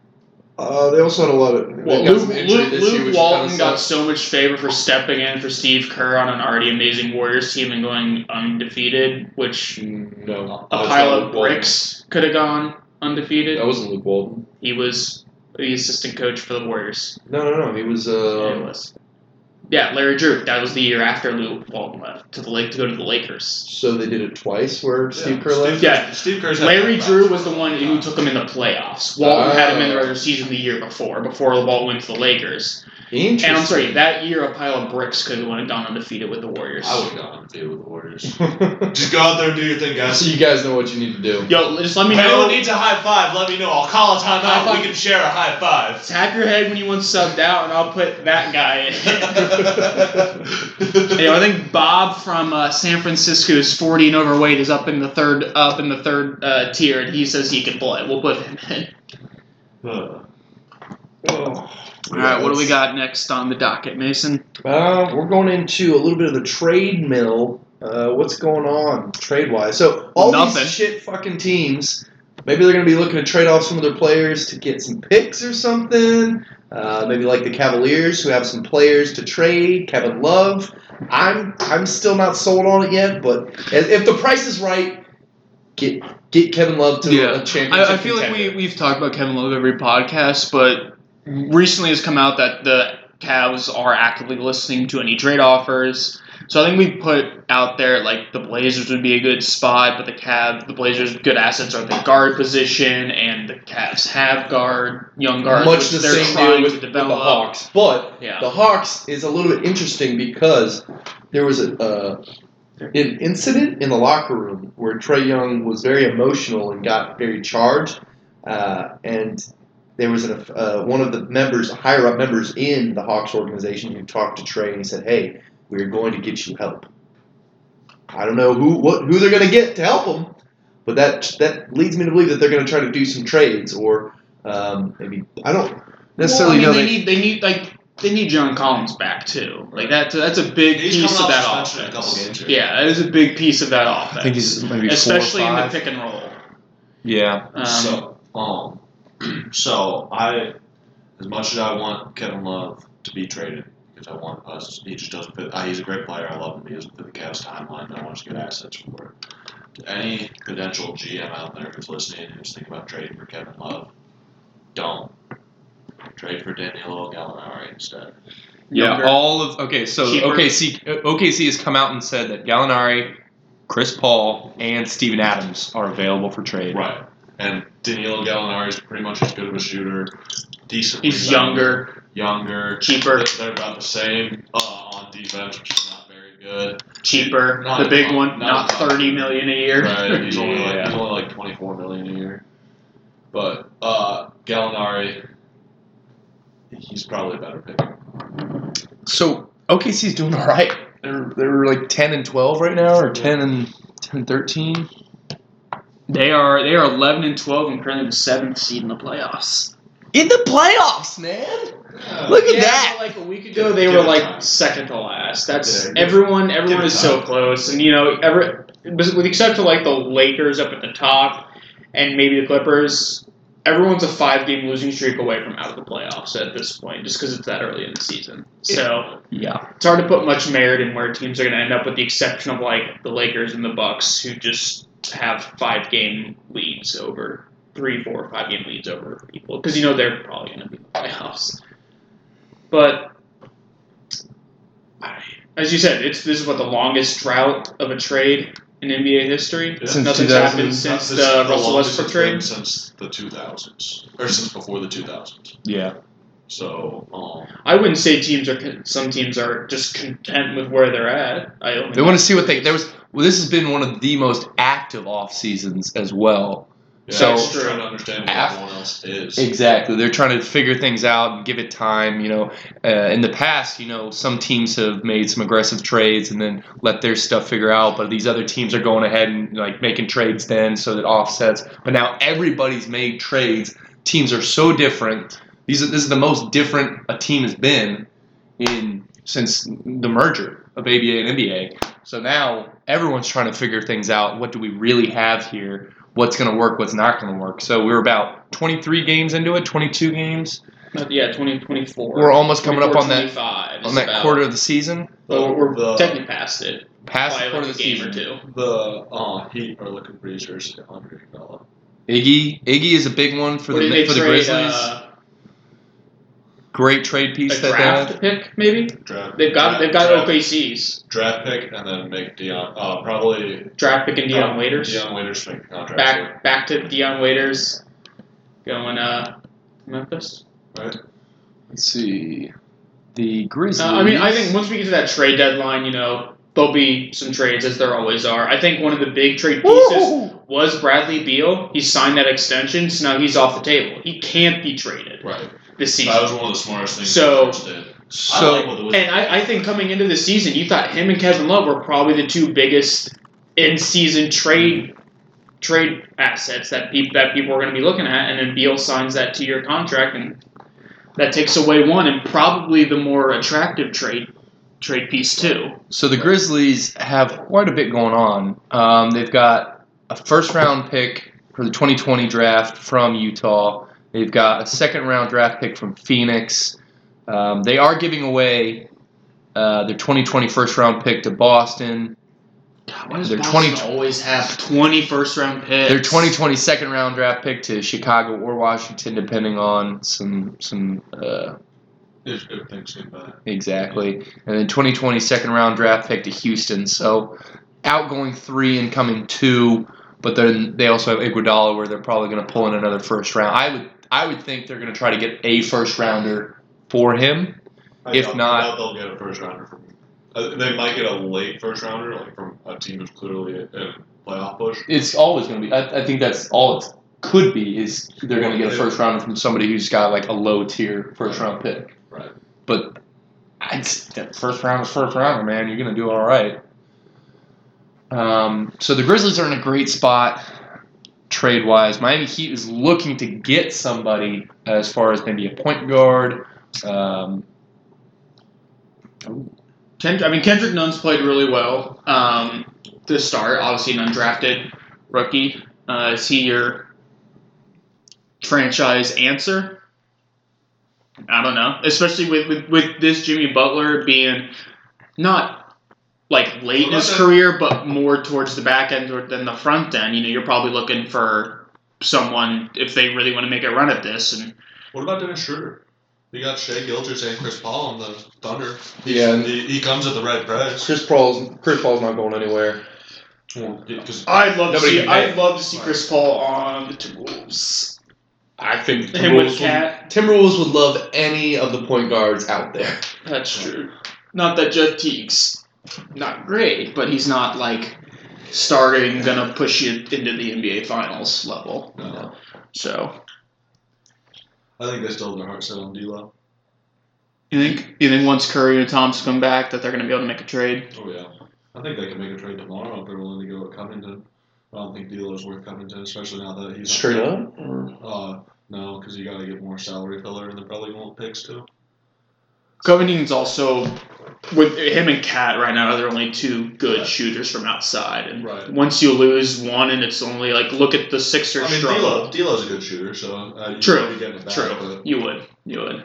S2: uh, they also had a lot of.
S3: Well,
S2: they got
S3: Luke,
S2: some injury
S3: Luke,
S2: this year,
S3: Luke
S2: which
S3: Walton
S2: kinda
S3: got
S2: sucks.
S3: so much favor for stepping in for Steve Kerr on an already amazing Warriors team and going undefeated, which
S2: No.
S3: a
S2: that was
S3: pile
S2: not
S3: of
S2: Luke Walton.
S3: bricks could have gone undefeated.
S2: That wasn't Luke Walton.
S3: He was the assistant coach for the Warriors.
S2: No, no, no. He was.
S3: Yeah, it
S2: Uh,
S3: was. Yeah, Larry Drew. That was the year after Luke Walton left to the lake to go to the Lakers.
S2: so they did it twice where Steve Kerr left?
S1: Steve,
S3: Yeah.
S1: Steve Kerr's had
S3: Larry
S1: that
S3: Drew
S1: bounce
S3: was the
S1: for a
S3: one
S1: long
S3: who
S1: time.
S2: Ah.
S3: took him in the playoffs. Walton had him in the
S2: Oh.
S3: regular season the year before, before Walton went to the Lakers.
S2: Interesting.
S7: And I'm sorry, that year a pile of bricks could have went gone undefeated with the Warriors.
S1: I would have gone undefeated with the Warriors.
S2: that.
S1: Just go out there and do your thing, guys.
S6: So you guys know what you need to do.
S7: Yo, just let me
S1: If
S7: know.
S1: anyone needs a high five, let me know. I'll call a
S7: High
S1: timeout.
S7: five.
S1: We can share a high five.
S7: Tap your head when you want subbed out, and I'll put that guy in.
S3: Hey, I think Bob from uh, San Francisco is 40 and overweight is up in the third up in the third uh, tier, and he says he can play. We'll put him in. All right, what do we got next on the docket, Mason?
S2: Uh, we're going into a little bit of the trade mill. Uh, what's going on trade wise? So all
S3: Nothing.
S2: these shit fucking teams, maybe they're going to be looking to trade off some of their players to get some picks or something. Uh, maybe like the Cavaliers who have some players to trade. Kevin Love. I'm I'm still not sold on it yet, but if if the price is right, get get Kevin Love to
S3: Yeah.
S2: a championship.
S3: I, I feel like we,
S2: contender.
S3: we've talked about Kevin Love every podcast, but recently it's come out that the Cavs are actively listening to any trade offers. So I think we put out there like the Blazers would be a good spot, but the Cavs, the Blazers' good assets are the guard position, and the Cavs have guard, young guard,
S2: much the
S3: which they're
S2: same
S3: trying
S2: deal with,
S3: to
S2: with the
S3: develop.
S2: Hawks, but
S3: Yeah.
S2: The Hawks is a little bit interesting because there was a, uh, an incident in the locker room where Trey Young was very emotional and got very charged, uh, and there was an, uh, one of the members, higher up members in the Hawks organization, who talked to Trey and he said, "Hey, we're going to get you help." I don't know who what who they're going to get to help them, but that that leads me to believe that they're going to try to do some trades or um, maybe I don't necessarily
S3: well, I
S2: know.
S3: mean,
S2: that-
S3: they, need they need like they need John Collins back too. Like that that's a big
S1: He's
S3: piece
S1: coming
S3: of
S1: off
S3: that
S1: suspension
S3: offense.
S1: in a couple games here.
S3: Yeah, that is a big piece of that offense.
S6: I think he's maybe
S3: especially
S6: four or
S3: in the
S6: five.
S3: pick and roll.
S6: yeah,
S3: Um,
S1: so, um, so I, as much as I want Kevin Love to be traded, because I want us, he just doesn't fit. I, he's a great player. I love him. He doesn't fit the Cavs timeline. and I want us to get assets for it. To any potential GM out there who's listening and who's thinking about trading for Kevin Love, don't trade for Daniel Gallinari instead.
S6: yeah.
S3: Younger.
S6: All of okay. So
S3: Cheaper.
S6: OKC OKC has come out and said that Gallinari, Chris Paul, and Steven Adams are available for trade.
S1: Right. And Danilo Gallinari is pretty much as good of a shooter. Decent.
S3: He's
S1: rebounder,
S3: younger,
S1: Younger.
S3: cheaper,
S1: They're about the same uh, on defense, which is not very good.
S3: cheaper.
S1: Not
S3: the big
S1: a- not
S3: one, not
S1: a-
S3: thirty million a year.
S1: Right. He's only like
S6: Yeah.
S1: he's only like twenty four million a year. But uh, Gallinari, he's probably a better pick.
S6: So OKC's doing all right. They're they're like ten and twelve right now, or ten and ten and thirteen.
S3: They are they are eleven and twelve and currently the seventh seed in the playoffs.
S6: In the playoffs, man. Look at
S3: yeah,
S6: that.
S3: Like a week ago, they
S1: Give
S3: were
S1: it
S3: like
S1: time.
S3: second to last. That's
S1: Yeah, give it-
S3: everyone.
S1: give
S3: Everyone
S1: it
S3: is so
S1: time.
S3: close, and you know, every with the exception of like the Lakers up at the top, and maybe the Clippers. Everyone's a five game losing streak away from out of the playoffs at this point, just because it's that early in the season. So.
S6: Yeah.
S3: it's hard to put much merit in where teams are going to end up, with the exception of like the Lakers and the Bucks, who just have five game leads over three, four, five game leads over people because you know they're probably going to be in the playoffs. But I- as you said, it's this is what the longest drought of a trade in NBA history.
S1: Yeah.
S6: Since
S3: Nothing's
S6: 2000
S3: happened
S1: That's-
S3: since
S1: this is
S3: the Russell
S1: longest
S3: Westbrook
S1: it's been
S3: trade.
S1: since the two thousands or since before the two thousands.
S6: Yeah.
S1: So um,
S3: I wouldn't say teams are con- some teams are just content with where they're at. I only
S6: They want to see what they there was. Well, this has been one of the most active off seasons as well.
S1: yeah,
S6: So-
S1: I'm just trying to understand what
S6: Af-
S1: everyone else is.
S6: Exactly. They're trying to figure things out and give it time. You know, uh, in the past, you know, some teams have made some aggressive trades and then let their stuff figure out. But these other teams are going ahead and like making trades then, so that offsets. But now everybody's made trades. Teams are so different. These are, this is the most different a team has been in since the merger of ABA and NBA. So now everyone's trying to figure things out. What do we really have here? What's going to work? What's not going to work? So we're about 23 games into it, 22 games.
S3: yeah, twenty twenty four.
S6: We're almost coming up on that on that
S3: about,
S6: quarter of the season,
S1: The-
S3: But we're,
S1: the-
S3: we're technically past it. by
S6: past the
S3: like
S6: quarter
S3: a
S6: of the
S3: game
S6: season.
S3: or two.
S1: The uh, Heat are looking pretty seriously on Andre Iguodala.
S6: Iggy, Iggy is a big one for
S3: What
S6: the
S3: did they
S6: for the
S3: trade,
S6: Grizzlies.
S3: uh,
S6: Great trade piece
S3: a
S6: that
S3: draft pick, maybe
S1: Draft,
S3: they've got
S1: draft,
S3: they've got
S1: draft,
S3: OKC's
S1: draft pick and then make Deion uh, probably
S3: draft pick and Deion
S1: uh,
S3: Waiters
S1: Deion Waiters make the contract.
S3: back back to Deion Waiters going uh Memphis.
S6: Let's see. the Grizzlies.
S3: Uh, I mean, I think once we get to that trade deadline, you know, there'll be some trades as there always are. I think one of the big trade pieces was Bradley Beal. He signed that extension, so now he's off the table. He can't be traded
S1: Right.
S3: this
S1: That
S3: season.
S1: was one of the smartest things
S3: So-
S1: the Clippers did. I like
S6: so
S1: what the Wizards
S3: And I, I think coming into the season, you thought him and Kevin Love were probably the two biggest in-season trade trade assets that people that people are going to be looking at. And then Beal signs that two-year contract, and that takes away one and probably the more attractive trade trade piece too.
S6: so the Grizzlies have quite a bit going on. Um, they've got a first round pick for the 2020 draft from Utah. They've got a second round draft pick from Phoenix. Um, they are giving away uh, their 2020 first round pick to Boston.
S8: God, why does
S6: They're
S8: Boston
S6: 20
S8: always have 20 first round picks?
S6: Their 2020 second round draft pick to Chicago or Washington, depending on some some. Uh,
S1: did. If- if things came back.
S6: Exactly. And then 2020 second round draft pick to Houston. So outgoing three, incoming two, but then they also have Iguodala where they're probably going to pull in another first round. I would I would think they're going to try to get a first rounder for him.
S1: I
S6: If
S1: doubt-
S6: not-
S1: I doubt they'll get a first rounder from. Uh, they might get a late first rounder, like from a team who's clearly in a playoff push.
S6: It's always going to be. I, I think that's all it could be is they're going to get a first rounder from somebody who's got like a low tier first round pick.
S1: Right.
S6: But I'd, s- that first round is first rounder, man. You're going to do all right. Um, so the Grizzlies are in a great spot trade wise. Miami Heat is looking to get somebody as far as maybe a point guard. Um,
S3: Kend- I mean, Kendrick Nunn's played really well um, to start. Obviously, an undrafted rookie.
S8: Uh, is he your franchise answer? I don't know. Especially with, with, with this Jimmy Butler being not like late in his career, but more towards the back end or- than the front end. You know, you're probably looking for someone if they really want to make a run at this. And
S1: What about Dennis Schroeder? He got Shea Gilgis and Chris Paul on the Thunder.
S2: Yeah, and
S1: He, he comes at the right price.
S2: Chris Paul's Chris Paul's not going anywhere.
S1: Because
S3: I'd love
S2: Nobody
S3: to see.
S2: can pay.
S3: I'd love to see Chris Paul on the Timberwolves.
S2: I think
S3: Him
S2: Timberwolves
S3: with
S2: would,
S3: Cat.
S2: Timberwolves would love any of the point guards out there.
S3: That's true. Not that Jeff Teague's not great, but he's not like starting gonna push you into the NBA Finals level.
S1: no,
S3: So
S1: I think they still have their heart set on D'Lo.
S8: you think you think once Curry and Thompson come back that they're going to be able to make a trade?
S1: Oh yeah, I think they can make a trade tomorrow if they're willing to go at Covington. I don't think D'Lo's worth Covington, especially now that he's
S2: Straight up.
S1: Uh, no, because you got to get more salary filler, and they probably won't picks too.
S3: Covington's also with him and Cat right now. They're only two good shooters from outside, and
S1: Right.
S3: once you lose one, and it's only like look at the Sixers
S1: I mean,
S3: struggle.
S1: D'Lo, D'Lo's a good shooter, so uh, you
S3: True,
S1: might be getting it back,
S3: true.
S1: but-
S3: You would, you would,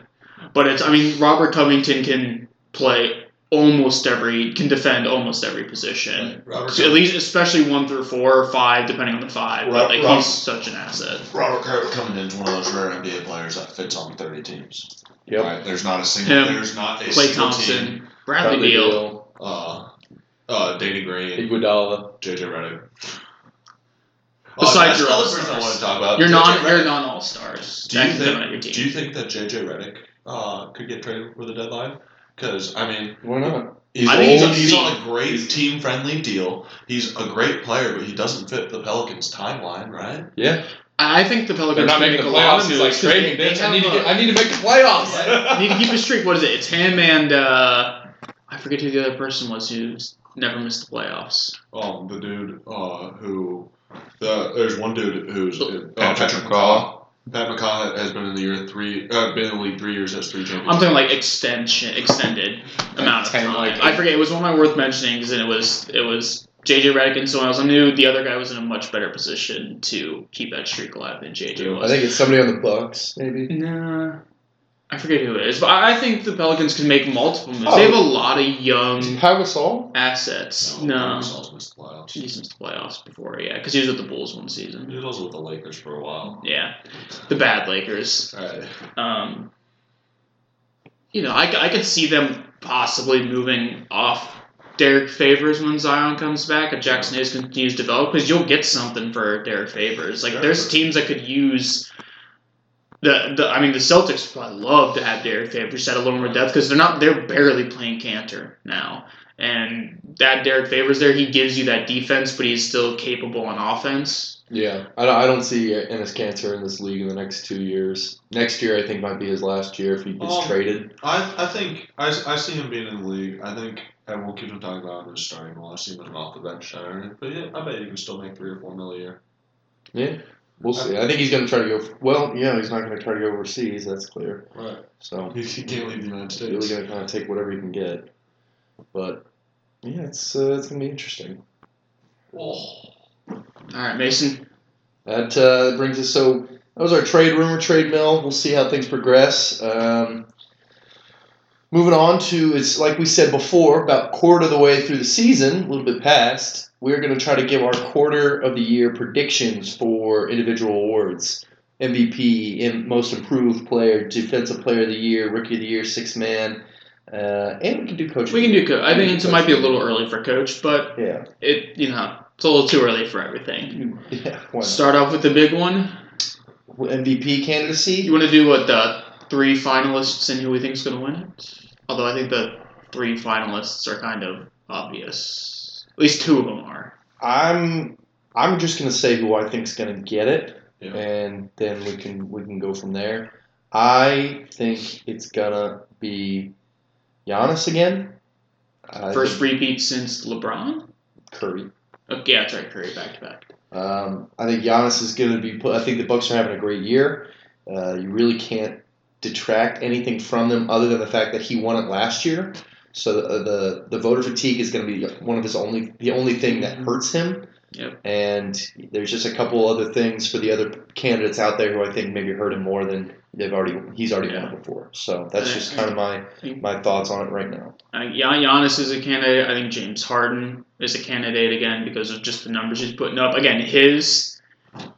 S3: but it's. I mean, Robert Covington can play almost every, can defend almost every position.
S1: Right. Robert,
S3: So at least, especially one through four or five, depending on the five.
S1: Right,
S3: But like
S1: right.
S3: he's such an asset.
S1: Robert Carver coming in is one of those rare NBA players that fits on 30 teams.
S2: Yep.
S1: Right? There's not a single.
S3: Him,
S1: there's not a
S3: Clay
S1: single
S3: Thompson,
S1: team.
S3: Bradley,
S2: Bradley
S3: Beal.
S2: Beal,
S1: Uh, uh, Danny Green,
S2: Iguodala.
S1: JJ Redick.
S3: Besides
S1: uh, that's
S3: your
S1: the other
S3: all-stars.
S1: person I want to talk about.
S3: You're
S1: JJ
S3: non,
S1: Redick.
S3: you're non all stars.
S1: Do you think? Do you think that JJ Redick uh, could get traded for the deadline? Because I mean,
S2: Why not?
S1: He's,
S3: I think he's
S1: old,
S3: on
S1: he's
S3: team.
S1: on a great team friendly deal. He's a great player, but he doesn't fit the Pelicans' timeline, right?
S2: Yeah.
S3: I I think the Pelicans
S2: They're not
S3: are gonna
S2: making the
S3: make a lot of
S2: playoffs. It's like
S3: moves 'cause
S2: trading,
S3: they- they
S2: bitch.
S3: have
S2: I need to
S3: a-
S2: get. I need to make the playoffs.
S3: need to keep a streak. What is it? It's him and uh, I forget who the other person was who's never missed the playoffs.
S1: Um, the dude uh, who the, there's one dude who's uh,
S6: Pat
S1: McCaw. Pat McCaw has been in the year three, uh, been in the league three years, has three championships.
S3: I'm talking like extension, extended amount of
S2: Ten,
S3: time.
S2: like-
S3: I forget. It was one I worth mentioning because it was it was JJ Redick and someone else. I knew the other guy was in a much better position to keep that streak alive than JJ
S2: I
S3: was.
S2: think it's somebody on the Bucks, maybe.
S3: Nah, I forget who it is, but I I think the Pelicans can make multiple moves.
S2: Oh.
S3: They have a lot of young
S2: Pau Gasol.
S3: assets.
S1: Pat
S3: No,
S1: McCaw's missed the playoffs.
S3: he's missed the playoffs before, yeah, because he was with the Bulls one
S1: He
S3: season.
S1: was also with the Lakers for a while.
S3: Yeah, the bad Lakers.
S1: All right.
S3: um, you know, I, I could see them possibly moving off Derek Favors when Zion comes back if Jackson Hayes continues to develop because you'll get something for Derek Favors. Like,
S1: Sure.
S3: there's teams that could use The, the I mean the Celtics would probably love to have Derek Favors at a little more depth because they're not they're barely playing Cantor now. And that Derek Favors there, he gives you that defense, but he's still capable on offense.
S2: Yeah, I don't, I don't see Ennis Cancer in this league in the next two years. Next year, I think might be his last year if he gets
S1: Um,
S2: traded.
S1: I, I think I, I see him being in the league. I think everyone keeps on talking about him as starting. Well, I see him as an off the bench center. But yeah, I bet you can still make three or four mil a year.
S2: We'll see. I think he's going to try to go. Well, yeah, he's not going to try to go overseas. That's clear.
S1: Right.
S2: So
S1: He can't leave the United
S2: he's really
S1: States.
S2: going to kind of take whatever he can get. But yeah, it's uh, it's going to be interesting.
S1: Oh.
S3: All right, Mason.
S2: That uh, brings us. So that was our trade rumor trade mill. We'll see how things progress. Um, moving on to it's like we said before, about quarter of the way through the season, a little bit past. We're going to try to give our quarter of the year predictions for individual awards. MVP, M- Most Improved Player, Defensive Player of the Year, Rookie of the Year, Six Man, uh, and we can do coaching.
S3: We can do coach. I think it might be a little early for coach, but
S2: Yeah.
S3: it you know it's a little too early for everything.
S2: Yeah. why not?
S3: Start off with the big one.
S2: MVP candidacy.
S3: You want to do what the three finalists and who we think is going to win it? Although I think the three finalists are kind of obvious. At least two of them are.
S2: I'm I'm just gonna say who I think's gonna get it,
S1: Yeah.
S2: and then we can we can go from there. I think it's gonna be Giannis again. I
S3: First
S2: think
S3: repeat since LeBron.
S2: Curry.
S3: Okay, yeah, that's right. Curry back to back.
S2: Um, I think Giannis is gonna be. put- I think the Bucks are having a great year. Uh, you really can't detract anything from them other than the fact that he won it last year. So the the, the voter fatigue is gonna be one of his only the only thing
S3: Mm-hmm.
S2: that hurts him. And there's just a couple other things for the other candidates out there who I think maybe hurt him more than they've already he's already won before. So that's just kind of my my thoughts on it right now.
S3: I think Uh, Gian- Giannis is a candidate. I think James Harden is a candidate again because of just the numbers he's putting up. Again, his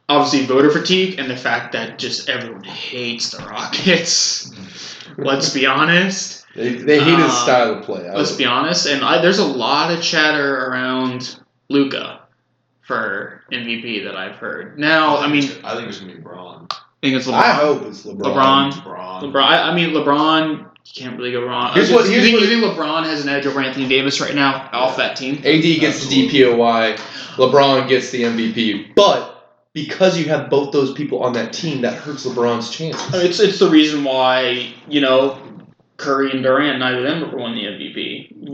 S3: obviously voter fatigue and the fact that just everyone hates the Rockets. Let's be honest.
S2: They, they hate
S3: Um,
S2: his style of play. I
S3: Let's
S2: would-
S3: be honest, and I, there's a lot of chatter around Luca for MVP that I've heard. Now, I mean, I
S1: I think it's gonna be Braun.
S3: think it's
S2: I
S3: LeBron.
S2: hope it's LeBron.
S3: LeBron,
S1: Braun.
S3: LeBron. I, I mean, LeBron. You can't really go wrong.
S2: Here's
S3: Uh,
S2: what-
S3: you
S2: here's
S3: think-
S2: what-
S3: you think LeBron has an edge over Anthony Davis right now off that team?
S2: AD gets the DPOY. LeBron gets the MVP. But because you have both those people on that team, that hurts LeBron's chances.
S3: I mean, It's it's the reason why you know Curry and Durant neither of them ever won the MVP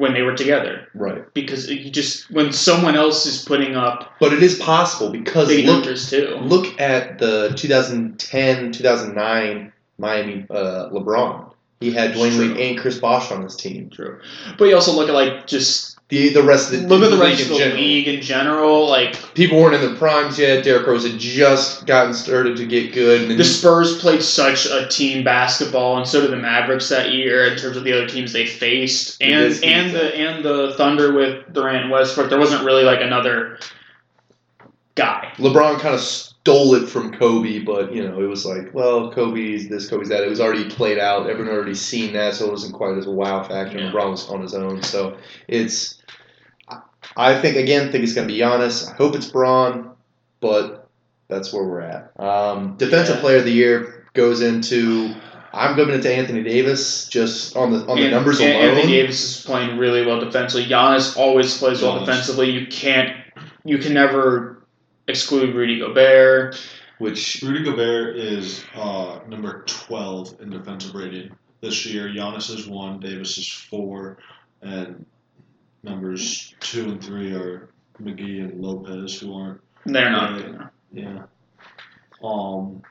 S3: when they were together
S2: Right.
S3: because you just when someone else is putting up
S2: But it is possible because
S3: big
S2: look
S3: numbers too.
S2: Look at the 2010 2009 Miami uh, LeBron. He had Dwayne
S1: True.
S2: Wade and Chris Bosh on his team.
S3: True, but you also look at like just
S2: The the rest of the
S3: look at the
S2: league
S3: rest
S2: in
S3: of the
S2: general.
S3: league in general. Like
S2: People weren't in their primes yet. Derrick Rose had just gotten started to get good. And then
S3: the Spurs played such a team basketball, and so did the Mavericks that year in terms of the other teams they faced,
S2: The
S3: and
S2: Disney
S3: and
S2: thing.
S3: the and the Thunder with Durant and Westbrook. There wasn't really like another guy.
S2: LeBron kind of stole it from Kobe, but you know it was like, well, Kobe's this, Kobe's that. It was already played out. Everyone had already seen that, so it wasn't quite as a wow factor.
S3: Yeah.
S2: LeBron was on his own, so it's. I- I think again, think it's going to be Giannis. I hope it's Braun, but that's where we're at. Um, defensive
S3: Yeah.
S2: Player of the Year goes into. I'm giving it to Anthony Davis just on the on the
S3: And-
S2: numbers
S3: and
S2: alone.
S3: Anthony Davis is playing really well defensively. Giannis always plays well
S1: Giannis.
S3: defensively. You can't, you can never exclude Rudy Gobert.
S2: Which
S1: Rudy Gobert is uh, number 12 in defensive rating this year. Giannis is one, Davis is four, and numbers two and three are McGee and Lopez, who aren't.
S3: And They're not.
S1: Yeah. Yeah. Um,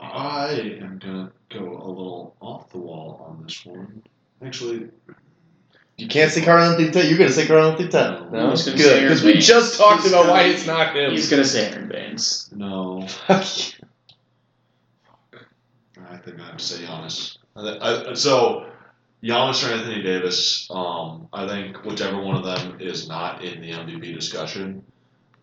S1: I am gonna go a little off the wall on this one. Actually,
S2: you can't say Carl Anthony Towns. You're going to say Carl Anthony Towns.
S1: I
S2: No,
S1: was
S2: good
S3: gonna say
S2: because we
S3: Aaron
S2: just talked
S3: He's
S2: about why
S3: gonna-
S2: it's not him.
S3: He's gonna say Aaron Baines.
S1: no.
S2: Fuck you.
S1: I think I have to say Giannis. I, I, so, Giannis or Anthony Davis, um, I think whichever one of them is not in the MVP discussion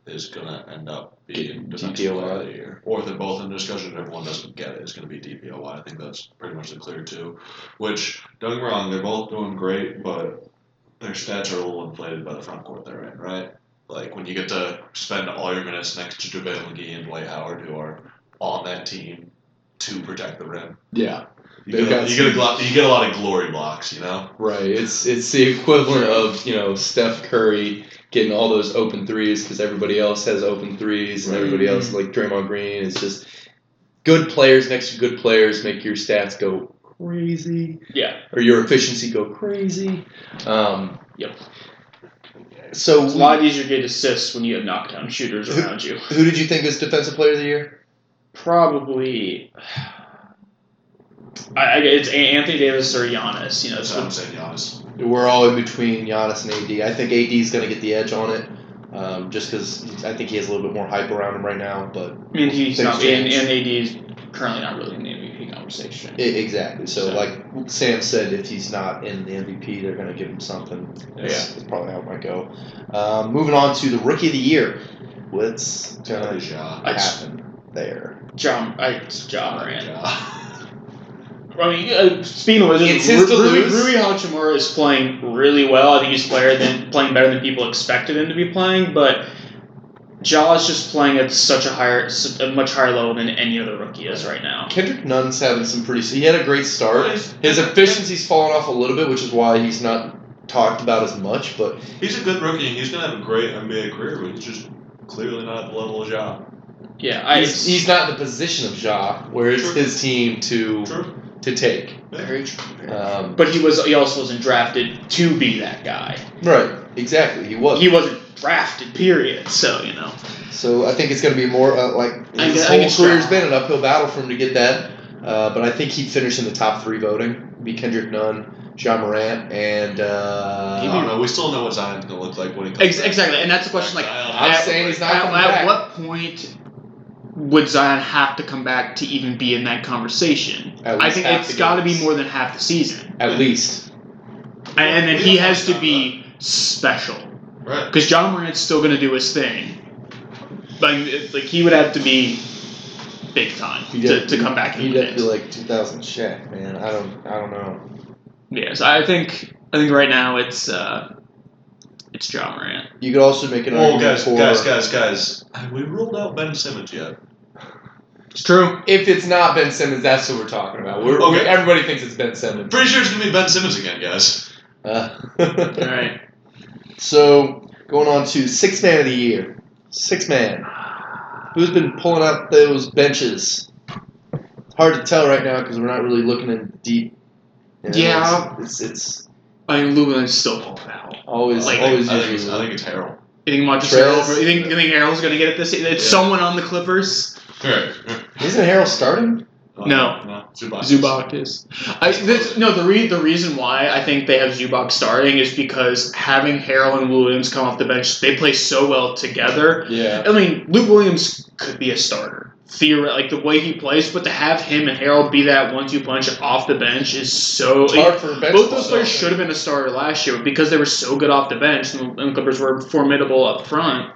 S1: is going to end up being
S2: Get
S1: defensive player
S2: DPOY.
S1: of the year. Or if they're both in discussion and everyone doesn't get it, it's going to be DPOY. I think that's pretty much the clear two. Which, don't get me wrong, they're both doing great, but their stats are a little inflated by the front court they're in, right? Like, when you get to spend all your minutes next to JaVale McGee and Dwight Howard, who are on that team to protect the rim.
S2: Yeah,
S1: You
S2: They've
S1: get, a,
S2: got
S1: you, get a,
S2: some-
S1: glo- you get a lot of glory blocks, you know?
S2: right. It's it's the equivalent of you know Steph Curry getting all those open threes because everybody else has open threes and
S1: Right.
S2: everybody else like Draymond Green is just good players next to good players make your stats go crazy
S6: Yeah.
S2: or your efficiency go crazy. Um,
S6: Yep.
S2: So
S6: It's a lot easier to get assists when you have knockdown shooters around you.
S2: Who did you think was defensive player of the year?
S6: Probably. I, I, it's A- Anthony Davis or Giannis. You know, it's
S1: That's what I'm saying, Giannis.
S2: We're all in between Giannis and AD. I think AD is going to get the edge on it, um, just because I think he has a little bit more hype around him right now. But
S6: I mean, he's not,
S2: Things
S6: and,
S2: change.
S6: and AD is currently not really in the MVP conversation.
S2: I- E, exactly. So,
S6: So-
S2: like Sam said, if he's not in the MVP, they're going to give him something. That's, that's probably how it might go. Um, moving on to the rookie of the year. What's
S1: It's gotta
S2: going
S1: be
S2: to
S1: Ja.
S6: I just-
S2: happen there?
S6: John, I, it's John Moran.
S1: Ja.
S6: I mean, uh, speaking of Wizards,
S2: It's his to
S6: Ru- Rui,
S2: lose.
S6: Rui Hachimura is playing really well. I think he's player than, playing better than people expected him to be playing, but Jaw is just playing at such a higher, such a much higher level than any other rookie is right now.
S2: Kendrick Nunn's having some pretty. He had a great start.
S1: He's-
S2: His efficiency's fallen off a little bit, which is why he's not talked about as much. But
S1: He's a good rookie, and he's going to have a great NBA career, but he's just clearly not at the level of Ja.
S6: Yeah, I,
S2: he's, he's not in the position of Ja, where it's
S1: True.
S2: his team to
S1: True.
S2: to take.
S1: Very
S2: true. Um,
S6: but he was he also wasn't drafted to be that guy.
S2: right, exactly. He was.
S6: He wasn't drafted, period. So you know,
S2: so I think it's going to be more uh, like
S6: I
S2: his
S6: think- I
S2: whole
S6: think it's
S2: career's
S6: Ja.
S2: been an uphill battle for him to get that. Uh, but I think he'd finish in the top three voting. It'd Be Kendrick Nunn, John Morant, and
S1: I don't
S2: uh,
S1: know. We still know what Zion's going to look like when he comes
S6: Ex-
S1: back.
S6: exactly, and that's the question. Like,
S1: Zion-
S2: I'm
S6: at-
S2: saying he's not
S3: At,
S2: coming
S3: at
S2: back.
S3: what point would Zion have to come back to even be in that conversation?
S2: At
S3: I
S2: least
S3: think
S2: half
S3: it's
S2: the
S3: got to be
S2: games.
S3: more than half the season,
S2: at least
S3: and, and then
S1: We
S3: he
S1: don't
S3: has
S1: know
S3: to be special
S1: Right.
S3: because John Morant's still going to do his thing. Like, it- like he would have to be big time
S2: He'd
S3: to,
S2: have
S3: to come back in
S2: he'd
S3: the
S2: have to
S3: mix.
S2: be like 2000 Shaq, man. I don't, I don't know.
S3: Yes, I think I think right now it's uh, it's John Morant.
S2: You could also make an
S1: Well,
S2: argument
S1: guys,
S2: for
S1: guys, guys, guys. Have we ruled out Ben Simmons yet?
S3: It's true.
S2: If it's not Ben Simmons, that's who we're talking about. We're,
S1: Okay.
S2: we- everybody thinks it's Ben Simmons.
S1: Pretty sure it's gonna be Ben Simmons again, guys.
S2: Uh,
S3: All right.
S2: so going on to six man of the year, six man. Who's been pulling out those benches? It's hard to tell right now because we're not really looking in deep. You know,
S3: Yeah.
S2: it's it's,
S3: I mean, Lululemon's still falling out.
S2: it's always
S3: Like,
S2: always
S1: I think it's, I
S2: usually.
S1: think it's Harold.
S3: You think Montrezl
S2: Trez.
S3: Harrell? You think you think Harrell's gonna get it this? It's
S1: Yeah.
S3: someone on the Clippers.
S1: Right.
S2: Isn't Harold starting?
S3: No.
S1: No. Uh, Zubac.
S3: Zubac is. I this, no. The re, the reason why I think they have Zubac starting is because having Harrell and Lou Williams come off the bench, they play so well together.
S2: Yeah.
S3: I mean, Luke Williams could be a starter. Theoret- like the way he plays, but to have him and Harold be that one-two punch off the bench is so.
S2: It's hard for bench
S3: Both those
S2: players.
S3: players should have been a starter last year, but because they were so good off the bench and the Clippers were formidable up front.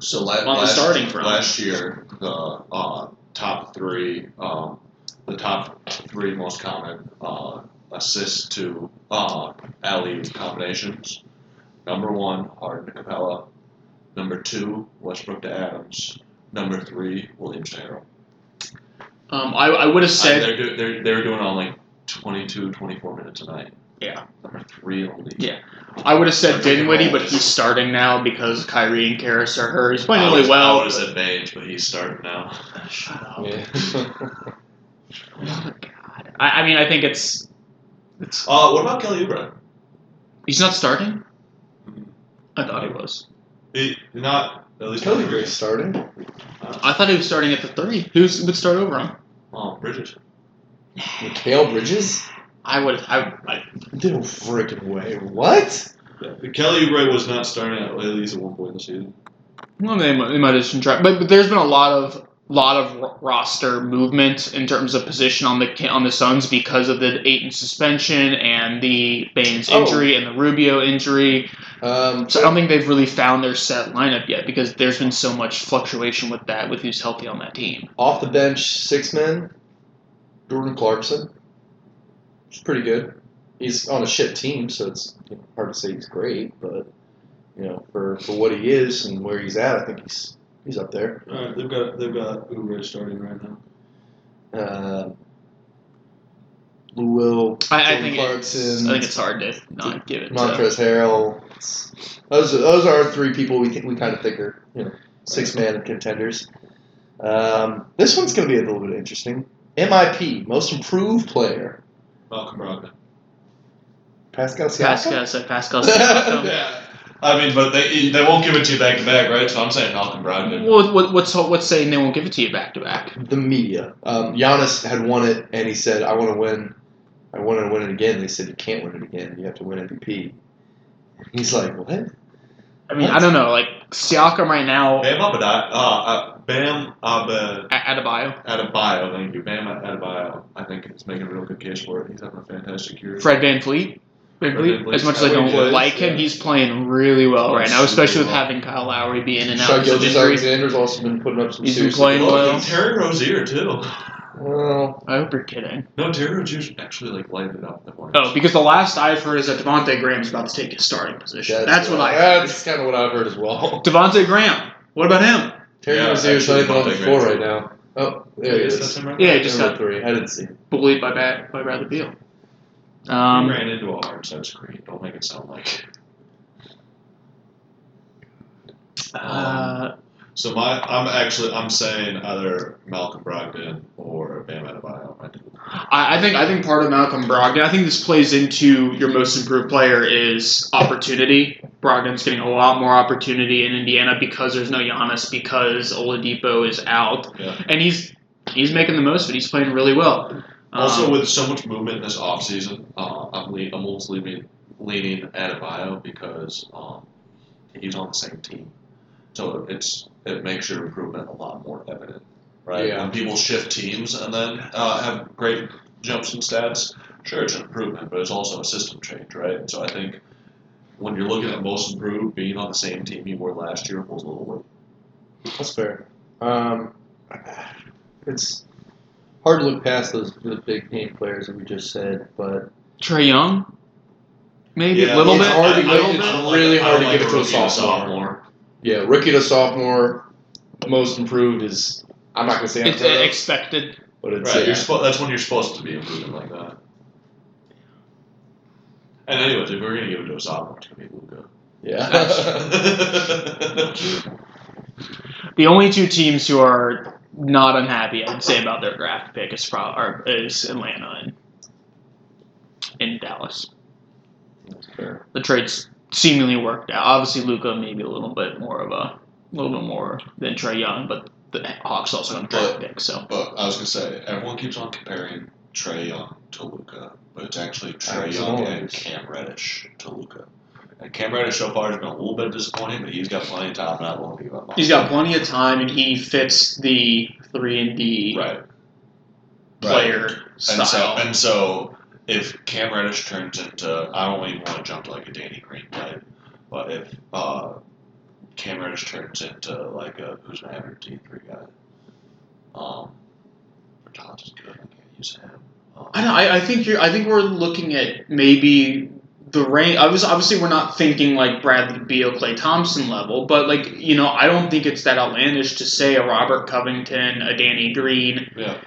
S1: So la-
S3: On the
S1: last,
S3: starting front.
S1: last year, the uh, top three, um, the top three most common uh, assists to uh, alley combinations. Number one, Harden to Capella. Number two, Westbrook to Adams. Number three, Williams to Harold.
S3: Um, I, I would have
S1: I,
S3: said
S1: they're, do- they're, they were doing it on like 22, 24 minutes a night.
S3: Yeah.
S1: Number three only.
S3: Yeah. I would have said
S1: Everything
S3: Dinwiddie,
S1: rolls.
S3: but he's starting now because Kyrie and Karras are hurt. He's playing
S1: I
S3: really
S1: was- I
S3: well.
S1: was at Mage, but he's starting now.
S3: Shut up.
S2: Yeah.
S3: Oh my god. I, I mean, I think it's it's
S1: Uh, what about Kelly Oubre?
S3: he's not starting. I thought he was.
S1: He not at least
S2: Kelly
S1: not
S2: Gray's starting.
S3: I thought he was starting at the three. Who would start over him?
S1: uh, Oh, Bridges.
S2: Mikhail Bridges?
S3: I would. I, I
S2: No freaking way. What?
S1: Kelly Oubre was not starting at least at one point in the season.
S3: Well, they might, they might have just been trying, but, but there's been a lot of lot of ro- roster movement in terms of position on the ca- on the Suns because of the Aiton suspension and the Baines
S2: Oh.
S3: injury and the Rubio injury.
S2: Um,
S3: So I don't think they've really found their set lineup yet because there's been so much fluctuation with that with who's healthy on that team.
S2: off the bench, six men. Jordan Clarkson. He's pretty good. He's on a shit team, so it's you know, hard to say he's great, but you know, for, for what he is and where he's at, I think he's he's up there.
S1: All right, they've got they've got Oubre starting right now.
S2: uh, Lou Will,
S3: I, I
S2: Jordan
S3: think it's,
S2: Clarkson,
S3: I think it's hard to not give it. to
S2: Montrezl Harrell. It's- Those are, those are three people we think we kind of think are you know six man contenders. Um, this one's going to be a little bit interesting. MIP, Most Improved Player,
S1: Malcolm Brogdon.
S2: Pascal Siakam.
S3: Pascal, so Pascal. Siakam.
S1: Yeah. I mean, but they they won't give it to you back to back, right? So I'm saying Malcolm Brogdon.
S3: Well, what, what's what's saying they won't give it to you back to back?
S2: the media. Um, Giannis had won it, and he said, "I want to win. I want to win it again." They said, "You can't win it again. You have to win MVP." And he's like, "What?"
S3: I mean, I don't know. Like Siakam right now,
S1: Bam Abadi- uh, uh, Bam Abed
S3: a- Adebayo,
S1: Adebayo, thank you. Bam Adebayo, I think is making a real good case for it. He's having a fantastic year.
S3: Fred Van Fleet.
S1: Fred VanVleet.
S3: As much as I
S1: How
S3: don't
S1: he plays,
S3: like him,
S1: yeah.
S3: he's playing really well right now,
S1: Super
S3: especially with
S1: well.
S3: having Kyle Lowry be in and out.
S2: Shai
S3: with
S2: Gilgeous
S3: injuries.
S2: Alexander's also been putting up some.
S3: He's been
S2: serious
S3: playing
S1: Oh,
S3: well.
S1: and Terry Rozier too.
S2: Well,
S3: I hope Oh, you're kidding.
S1: No, Terry Rozier's actually like lighting it up. in The morning.
S3: Oh, because the last I've heard is that Devonte Graham's about to take his starting position. That's, what I heard.
S2: That's kind of what I've heard as well.
S3: Devonte Graham. What about him?
S2: Terry
S1: Yeah,
S2: Rozier's not
S1: actually,
S2: even on the
S1: Devontae
S2: floor right
S1: Graham's-
S2: now. Oh, there
S1: Yeah,
S2: he
S1: is
S2: is.
S1: that him right
S3: Yeah,
S1: now?
S3: he just
S2: Number
S3: got
S2: three. I didn't see. him.
S3: bullied by Bat by Bradley Beal.
S1: he
S3: Um,
S1: ran into a hard set screen. Don't make it sound like.
S3: uh,
S1: Um, So my, I'm actually, I'm saying either Malcolm Brogdon or Bam Adebayo. I think.
S3: I, I think I think part of Malcolm Brogdon. I think this plays into your most improved player is opportunity. Brogdon's getting a lot more opportunity in Indiana because there's no Giannis because Oladipo is out,
S1: Yeah.
S3: and he's he's making the most of it. He's playing really well. Um,
S1: Also, with so much movement this offseason, uh, I'm, le- I'm mostly leaning, leaning Adebayo because um, he's on the same team. So it's it makes your improvement a lot more evident, right?
S2: Yeah.
S1: When people shift teams and then uh, have great jumps in stats, sure, it's an improvement, but it's also a system change, right? So I think when you're looking at most improved, being on the same team you were last year holds a little weight.
S2: That's fair. Um, it's hard to look past those the big name players that we just said, but
S3: Trey Young, maybe
S1: Yeah,
S3: a little
S2: it's
S3: bit.
S2: hard to
S3: a
S2: get-
S3: little
S2: it's
S3: bit.
S2: really hard to
S1: like
S2: give it to a
S1: rookie and
S2: sophomore. Yeah, rookie to sophomore, most improved is I'm not gonna say
S3: It's
S2: unheard of,
S3: expected.
S2: but it's
S1: Right,
S2: yeah.
S1: you're suppo- that's when you're supposed to be improving like that. And anyways, if we're gonna give it to a sophomore, it's gonna be Luca.
S2: yeah.
S3: The only two teams who are not unhappy, I'd say, about their draft pick is pro- are, is Atlanta and, and Dallas.
S2: fair.
S3: The trades seemingly worked out. Obviously, Luca maybe a little bit more of a, little bit more than Trey Young, but the Hawks also have a draft pick. So
S1: but I was gonna say, everyone keeps on comparing Trey Young to Luca, but it's actually Trey
S2: As
S1: Young and
S2: always.
S1: Cam Reddish to Luca. And Cam Reddish so far has been a little bit disappointing, but he's got plenty of time, and I won't give up. on
S3: he's
S1: him.
S3: got plenty of time, and he fits the three and D
S1: right
S3: player
S1: Right.
S3: style.
S1: And so, and so, if Cam Reddish turns into, I don't even want to jump to like a Danny Green type, but if uh, Cam Reddish turns into like a who's an average D three guy, um, Bertans is good. I can't use him. Um,
S3: I, don't, I, I think you're. I think we're looking at maybe the range. Obviously, obviously, we're not thinking like Bradley Beal, Clay Thompson level, but like you know, I don't think it's that outlandish to say a Robert Covington, a Danny Green
S1: Yeah.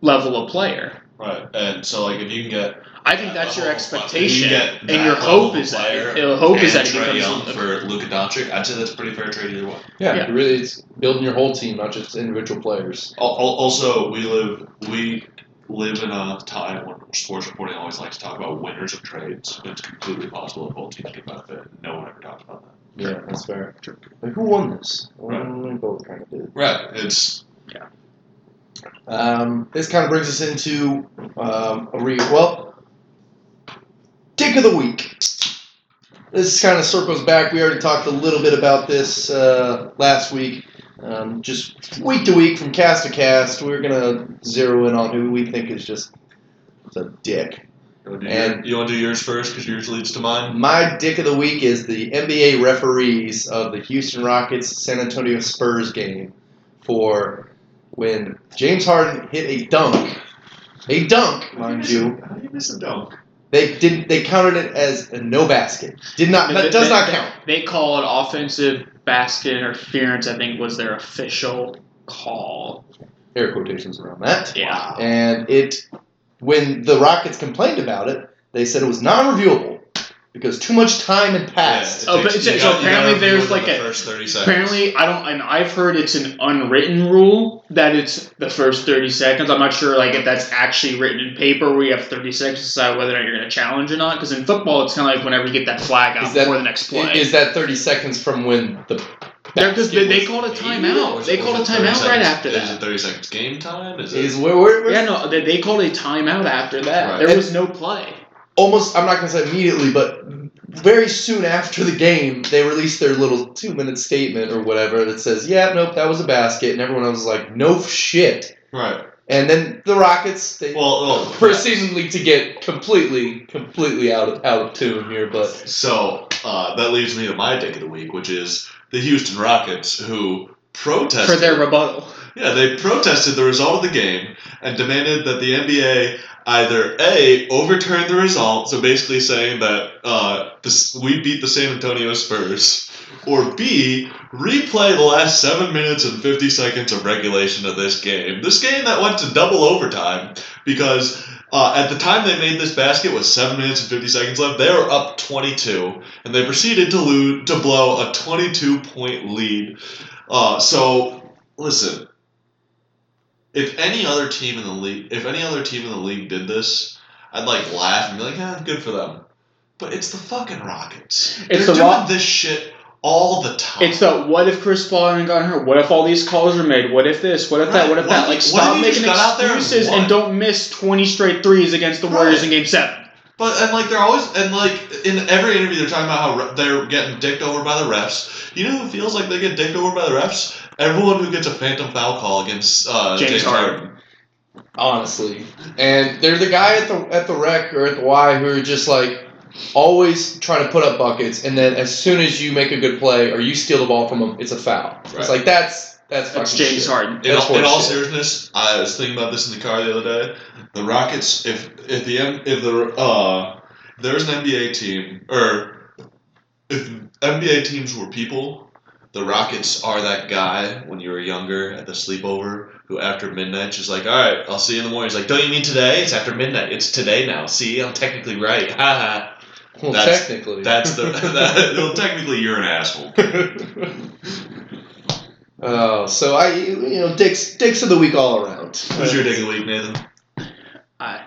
S3: level of player.
S1: right, and so like if you can get
S3: I think that's your
S1: That level of player.
S3: expectation,
S1: Oh, You get
S3: and
S1: that
S3: your hope
S1: level of
S3: is that
S1: player
S3: your hope is
S1: and
S3: that it
S1: Trae
S3: becomes.
S1: Young
S3: a-
S1: for Luka Doncic, I'd say that's a pretty fair trade either way.
S2: yeah,
S3: Yeah.
S2: really, it's building your whole team, not just individual players.
S1: Al- al- Also, we live we live in a time when sports reporting always likes to talk about winners of trades. It's completely possible that both teams get benefit. No one ever talks about that.
S2: Yeah, that's fair. Like, who won this? Well, we both kind of did.
S1: Right. It's
S2: Um, this kind of brings us into um, a re well dick of the week. This kind of circles back. We already talked a little bit about this uh, last week. Um, just week to week, from cast to cast, we're gonna zero in on who we think is just the dick.
S1: you want to do,
S2: And-
S1: your, you wanna do yours first because yours leads to mine.
S2: My dick of the week is the NBA referees of the Houston Rockets San Antonio Spurs game for when James Harden hit a dunk. A dunk, mind you.
S1: How do you miss a dunk?
S2: They didn't they counted it as a no basket. Did not that does not count.
S3: They call it offensive basket interference. I think was their official call.
S2: air quotations around that.
S3: Yeah.
S2: And it, when the Rockets complained about it, they said it was non-reviewable because too much time had passed.
S1: it
S3: Oh, but
S1: takes-
S3: it's-
S1: you
S3: so
S1: gotta- you gotta
S3: apparently
S1: review
S3: there's
S1: it in
S3: like
S1: the
S3: a-
S1: first thirty seconds.
S3: Apparently, I don't, and I've heard it's an unwritten rule that it's the first thirty seconds. I'm not sure, like, if that's actually written in paper where you have thirty seconds to decide whether or not you're going to challenge or not. Because in football, it's kind of like whenever you get that flag out
S2: Is that-
S3: before the next play.
S2: Is that 30 seconds from when the
S3: They're- 'cause they, they
S2: basket
S3: called a
S1: Or
S3: timeout.
S1: is
S3: They
S1: it-
S3: called a
S1: or is it 30
S3: timeout right
S1: seconds-
S3: after
S1: Is it
S3: that.
S1: thirty seconds game time? Is
S2: was-
S1: it?
S2: is where, where, where
S3: Yeah, no, they, they called a timeout after that.
S1: Right.
S3: There
S2: And-
S3: was no play.
S2: almost I'm not gonna say immediately, but very soon after the game, they released their little two minute statement or whatever that says, "Yeah, nope, that was a basket," and everyone else was like, "No shit."
S1: right.
S2: And then the Rockets they
S1: Well, well
S2: proceedingly to get completely, completely out of out of tune here, but
S1: So uh, that leads me to my dick of the week, which is the Houston Rockets, who protested
S3: For their rebuttal.
S1: Yeah, they protested the result of the game and demanded that the NBA either A, overturn the result, so basically saying that uh, this, we beat the San Antonio Spurs, or B, replay the last 7 minutes and 50 seconds of regulation of this game. This game that went to double overtime because. Uh, at the time they made this basket with 7 minutes and 50 seconds left, they were up 22, and they proceeded to, lose, to blow a 22 point lead. Uh, so, listen, if any other team in the league, if any other team in the league did this, I'd like laugh and be like, "Yeah, good for them." But it's the fucking Rockets.
S3: It's
S1: They're
S3: the
S1: doing
S3: Rock-
S1: this shit all the time.
S3: It's the what if Chris Paul hadn't gotten hurt? What if all these calls were made? What if this? What if that?
S1: Right.
S3: What if
S1: What
S3: that?
S1: if-
S3: Like,
S1: what
S3: stop
S1: if you
S3: making
S1: just got out there and
S3: excuses and,
S1: won?
S3: don't miss 20 straight threes against the Warriors
S1: Right.
S3: in game seven.
S1: But and like they're always and like in every interview they're talking about how re- they're getting dicked over by the refs. You know who feels like they get dicked over by the refs? Everyone who gets a phantom foul call against uh,
S3: James Harden.
S2: honestly, and they're the guy at the at the rec or at the Y who are just like. Always trying to put up buckets, and then as soon as you make a good play or you steal the ball from them, it's a foul. It's
S1: Right.
S2: like that's that's
S3: That's
S2: fucking
S3: James
S2: shit.
S3: Harden.
S1: In,
S2: That's
S1: all, in all
S2: horseshit.
S1: seriousness, I was thinking about this in the car the other day. The Rockets, if if the M- if the uh, if there was an NBA team or if NBA teams were people, the Rockets are that guy when you were younger at the sleepover who after midnight she's like, all right, I'll see you in the morning. He's like, don't you mean today? It's after midnight. It's today now. See, I'm technically right. Ha ha.
S2: Well,
S1: That's-
S2: technically,
S1: That's the that, well, technically you're an asshole.
S2: Oh, so I, you know, dicks, dicks of the week all around.
S1: Who's your dick of the week, Nathan?
S3: I,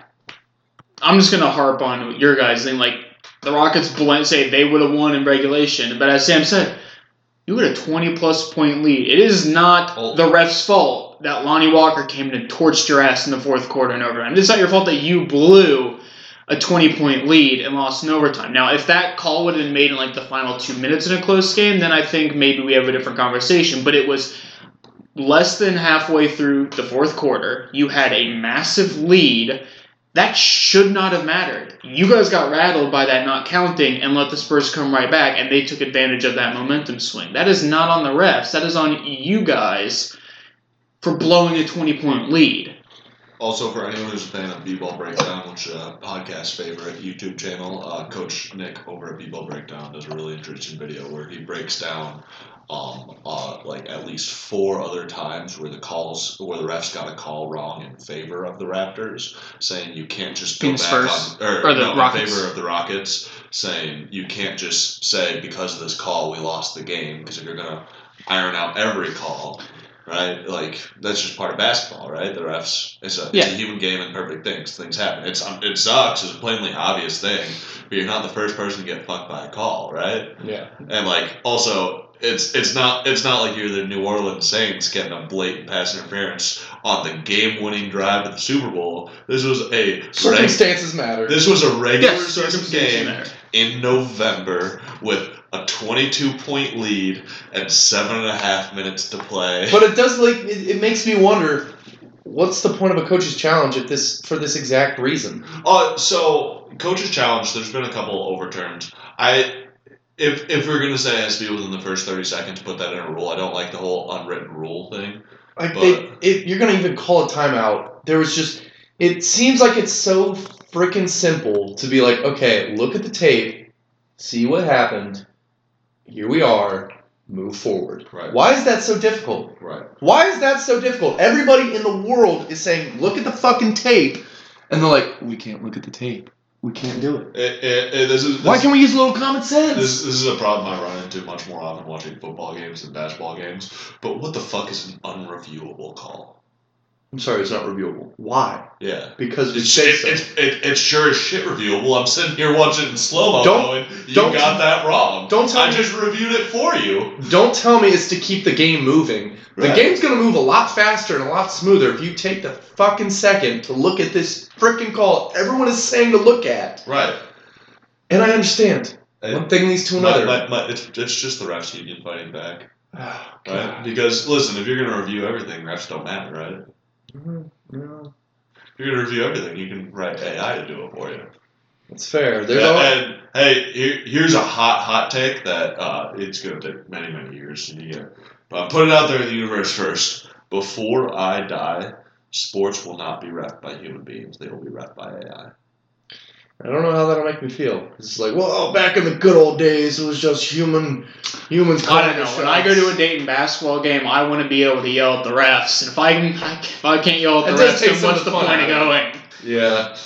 S3: I'm just gonna harp on your guys' thing. Like the Rockets blunt say they would have won in regulation, but as Sam said, you had a 20 plus point lead. It is not
S1: Oh.
S3: the ref's fault that Lonnie Walker came and torched your ass in the fourth quarter in overtime. It's not your fault that you blew a 20 point lead and lost in overtime. Now, if that call would have been made in like the final two minutes in a close game, then I think maybe we have a different conversation. But it was less than halfway through the fourth quarter. You had a massive lead. That should not have mattered. You guys got rattled by that not counting and let the Spurs come right back, and they took advantage of that momentum swing. That is not on the refs. That is on you guys for blowing a 20 point lead.
S1: Also, for anyone who's a fan of B-Ball Breakdown, which uh, podcast favorite YouTube channel, uh, Coach Nick over at B-Ball Breakdown does a really interesting video where he breaks down um, uh, like at least four other times where the calls where the refs got a call wrong in favor of the Raptors, saying you can't just go
S8: Phoenix
S1: back
S8: first,
S1: on or,
S8: or the
S1: no, in
S8: Rockets.
S1: favor of the Rockets, saying you can't just say because of this call we lost the game because if you're gonna iron out every call, right? Like that's just part of basketball, right? The refs, it's a,
S8: Yeah.
S1: it's a human game, and perfect things things happen. It's um, it sucks. It's a plainly obvious thing, but you're not the first person to get fucked by a call, right?
S2: Yeah.
S1: And like also. It's, it's not it's not like you're the New Orleans Saints getting a blatant pass interference on the game winning drive of the Super Bowl. This was a reg-
S2: Circumstances matter.
S1: this was a regular
S3: Yes,
S1: season
S3: circumstances
S1: game
S3: matter.
S1: in November with a 22 point lead and seven and a half minutes to play.
S2: but it does like it, it makes me wonder, what's the point of a coach's challenge if this for this exact reason?
S1: Uh, so coaches challenge. There's been a couple overturns. I if if we're gonna say it has to be within the first 30 seconds, put that in a rule. I don't like the whole unwritten rule thing.
S2: Like
S1: But-
S2: they, if you're gonna even call a timeout, there was just it seems like it's so freaking simple to be like, okay, look at the tape, see what happened. Here we are. move forward.
S1: Right.
S2: Why is that so difficult?
S1: Right.
S2: Why is that so difficult? Everybody in the world is saying, look at the fucking tape. And they're like,
S6: We can't look at the tape. We can't do it.
S1: It, it, it, this is, this,
S6: Why can't we use a little common sense?
S1: This, this is a problem I run into much more often watching football games than basketball games. But what the fuck is an unreviewable call?
S2: I'm sorry, it's not reviewable. Why?
S1: Yeah.
S2: Because we
S1: It's,
S2: say
S1: it,
S2: so.
S1: it's, it, it's sure as shit reviewable. I'm sitting here watching it in slow mo
S2: Don't-
S1: going, you
S2: don't-
S1: got that wrong.
S2: Don't tell
S1: I
S2: me.
S1: just reviewed it for you.
S2: Don't tell me it's to keep the game moving. The
S1: Right.
S2: game's gonna move a lot faster and a lot smoother if you take the fucking second to look at this freaking call everyone is saying to look at.
S1: Right.
S2: And I understand.
S1: And
S2: One thing leads to
S1: my-
S2: another.
S1: my- my- it's, it's just the refs union fighting back.
S2: Ah,
S1: Right?
S2: God.
S1: Because, listen, if you're going to review everything, refs don't matter, right?
S2: Mm, no,
S1: If you're going to review everything, you can write AI to do it for you.
S2: That's fair. There's
S1: Yeah,
S2: all-
S1: and hey, here, here's a hot, hot take that uh, it's going to take many, many years to get. But I'm putting it out there in the universe first. Before I die, sports will not be ref by human beings. They will be ref by AI.
S2: I don't know how that'll make me feel. It's like, well, oh, back in the good old days, it was just human, humans.
S3: I
S2: calling
S3: don't
S2: the
S3: know. When I go
S2: shots.
S3: to a Dayton basketball game, I want to be able to yell at the refs. And if I can, if I can't yell at
S2: That
S3: the
S2: does
S3: refs,
S2: take
S3: then
S2: some
S3: what's
S2: of
S3: the
S2: the fun
S3: point of
S2: out
S3: going?
S2: Yeah,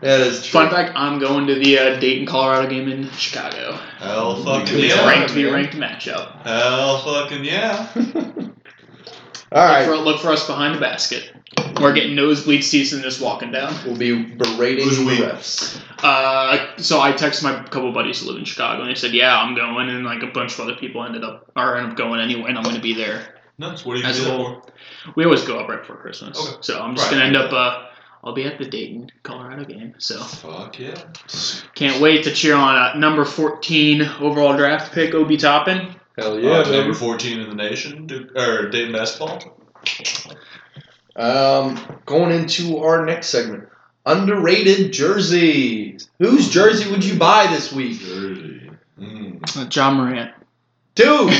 S2: that is true.
S3: Fun fact: I'm going to the uh, Dayton, Colorado game in Chicago.
S1: Hell fucking
S2: Good
S3: It's
S1: yeah.
S2: time.
S3: ranked, the
S2: man.
S3: ranked matchup.
S1: Hell fucking yeah.
S2: All
S3: Look
S2: right,
S3: for, look for us behind the basket. We're getting nosebleed seats and just walking down.
S2: we'll be berating
S1: Who's
S2: the
S1: we?
S2: refs.
S3: Uh, so I texted my couple buddies who live in Chicago, and they said, "Yeah, I'm going." And like a bunch of other people ended up are end up going anyway, and I'm going to be there
S1: Nuts. What do you
S3: as
S1: do
S3: a
S1: that
S3: whole. We always go up right before Christmas,
S1: Okay.
S3: so I'm just
S1: Right.
S3: going to end up. Uh, I'll be at the Dayton, Colorado game, so
S1: for? Fuck yeah.
S3: can't wait to cheer on uh, number 14 overall draft pick Obi Toppin.
S2: Hell
S1: Uh,
S2: yeah,
S1: number
S2: baby.
S1: 14 in the nation, Duke, or Dayton basketball.
S2: Um, going into our next segment, underrated jerseys. Whose jersey would you buy this week,
S1: Jersey. Mm.
S3: Uh, John Morant.
S2: dude?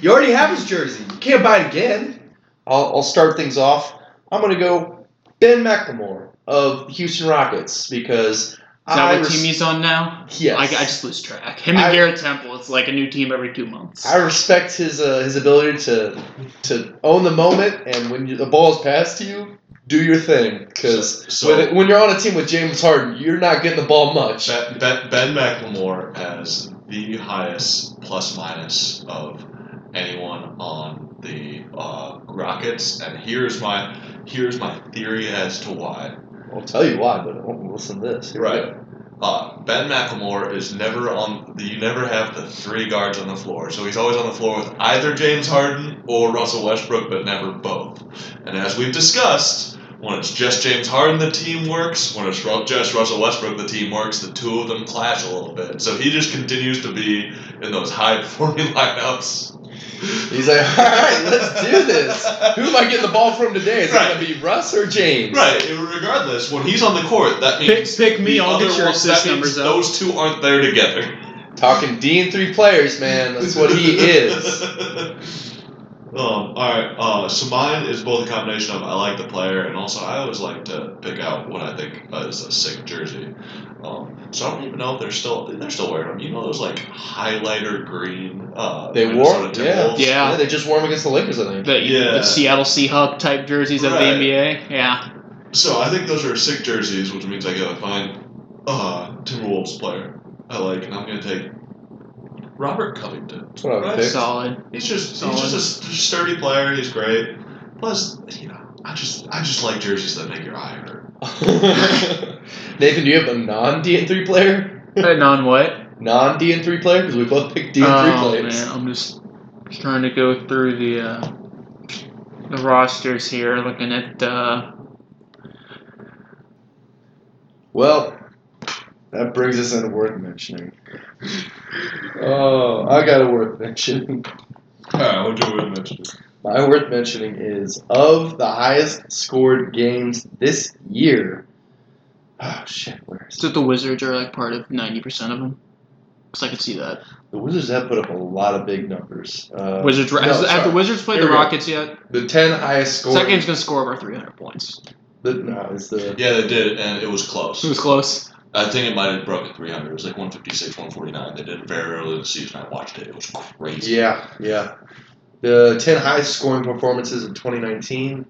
S2: You already have his jersey. You can't buy it again. I'll, I'll start things off. I'm gonna go Ben McLemore of the Houston Rockets because
S3: Is that
S2: I
S3: what
S2: res-
S3: team he's on now?
S2: Yes.
S3: I, I just lose track. Him and
S2: I-
S3: Garrett Temple. It's like a new team every two months.
S2: I respect his uh, his ability to to own the moment, and when you, the ball's passed to you, do your thing. Because
S1: So- so-
S2: when, when you're on a team with James Harden, you're not getting the ball much.
S1: Ben, ben, ben McLemore has the highest plus minus of anyone on the uh, Rockets, and here's my here's my theory as to why.
S2: I'll tell you why, but I won't listen to this. Here we
S1: Right.
S2: go.
S1: Uh, ben McLemore is never on. The, you never have the three guards on the floor, so he's always on the floor with either James Harden or Russell Westbrook, but never both. And as we've discussed, when it's just James Harden, the team works. When it's Ru- just Russell Westbrook, the team works. The two of them clash a little bit, so he just continues to be in those high performing lineups.
S2: He's like, all right, let's do this. Who am I getting the ball from today? Is
S1: Right.
S2: it gonna be Russ or James?
S1: Right. Regardless, when he's on the court, that
S3: Pick,
S1: means
S3: pick me.
S1: the
S3: I'll
S1: other
S3: get your
S1: one-
S3: assist
S1: that means
S3: numbers up.
S1: Those two aren't there together.
S2: Talking D and three players, man. That's what he is.
S1: Um, all right. Uh, so mine is both a combination of I like the player and also I always like to pick out what I think is a sick jersey. Um, so I don't even know if they're still they're still wearing them. You know those like highlighter green. Uh,
S2: They
S1: Minnesota
S2: wore- yeah.
S1: Timberwolves?
S3: Yeah.
S2: Yeah, they just warm against the Lakers, I think.
S3: The,
S1: Yeah.
S3: the Seattle Seahawk type jerseys of the
S1: Right.
S3: NBA. Yeah.
S1: So I think those are sick jerseys, which means I gotta find uh, Timberwolves player I like, and I'm gonna take Robert Covington.
S2: That's what I would
S1: Right.
S2: pick.
S3: Solid.
S1: He's just
S3: Solid.
S1: he's just a sturdy player. He's great. Plus, you know, I just I just like jerseys that make your eye hurt.
S2: Nathan, do you have a non D and three player?
S3: Betting on what?
S2: non D and three player because we both picked D and
S3: oh,
S2: three players.
S3: man. I'm just trying to go through the uh, the rosters here, looking at. Uh,
S2: Well, that brings us into worth mentioning. oh, I got a worth mentioning.
S1: Yeah, what Oh, do we mention?
S2: My worth mentioning is of the highest scored games this year. Oh shit, where is
S8: So the Wizards are like part of 90% of them. Because I can see that.
S2: the Wizards have put up a lot of big numbers. Uh,
S8: Wizards
S2: no,
S8: has, have
S2: sorry.
S8: the Wizards played
S2: Here
S8: the
S2: we go.
S8: Rockets yet?
S2: the ten highest
S8: So that
S2: scoring.
S8: game's gonna score over 300 points.
S2: The, no, it's the
S1: Yeah, they did, and it was close.
S8: It was close.
S1: I think it might have broken 300. It was like 156, 149. They did it very early in the season. I watched it. It was crazy.
S2: Yeah, yeah. The 10 highest scoring performances in 2019.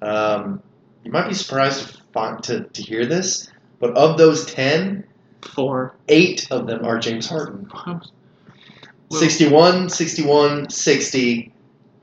S2: Um, you might be surprised to, find, to, to hear this, but of those 10,
S8: Four.
S2: eight of them are James Harden.
S8: Well-
S2: 61, 61, 60.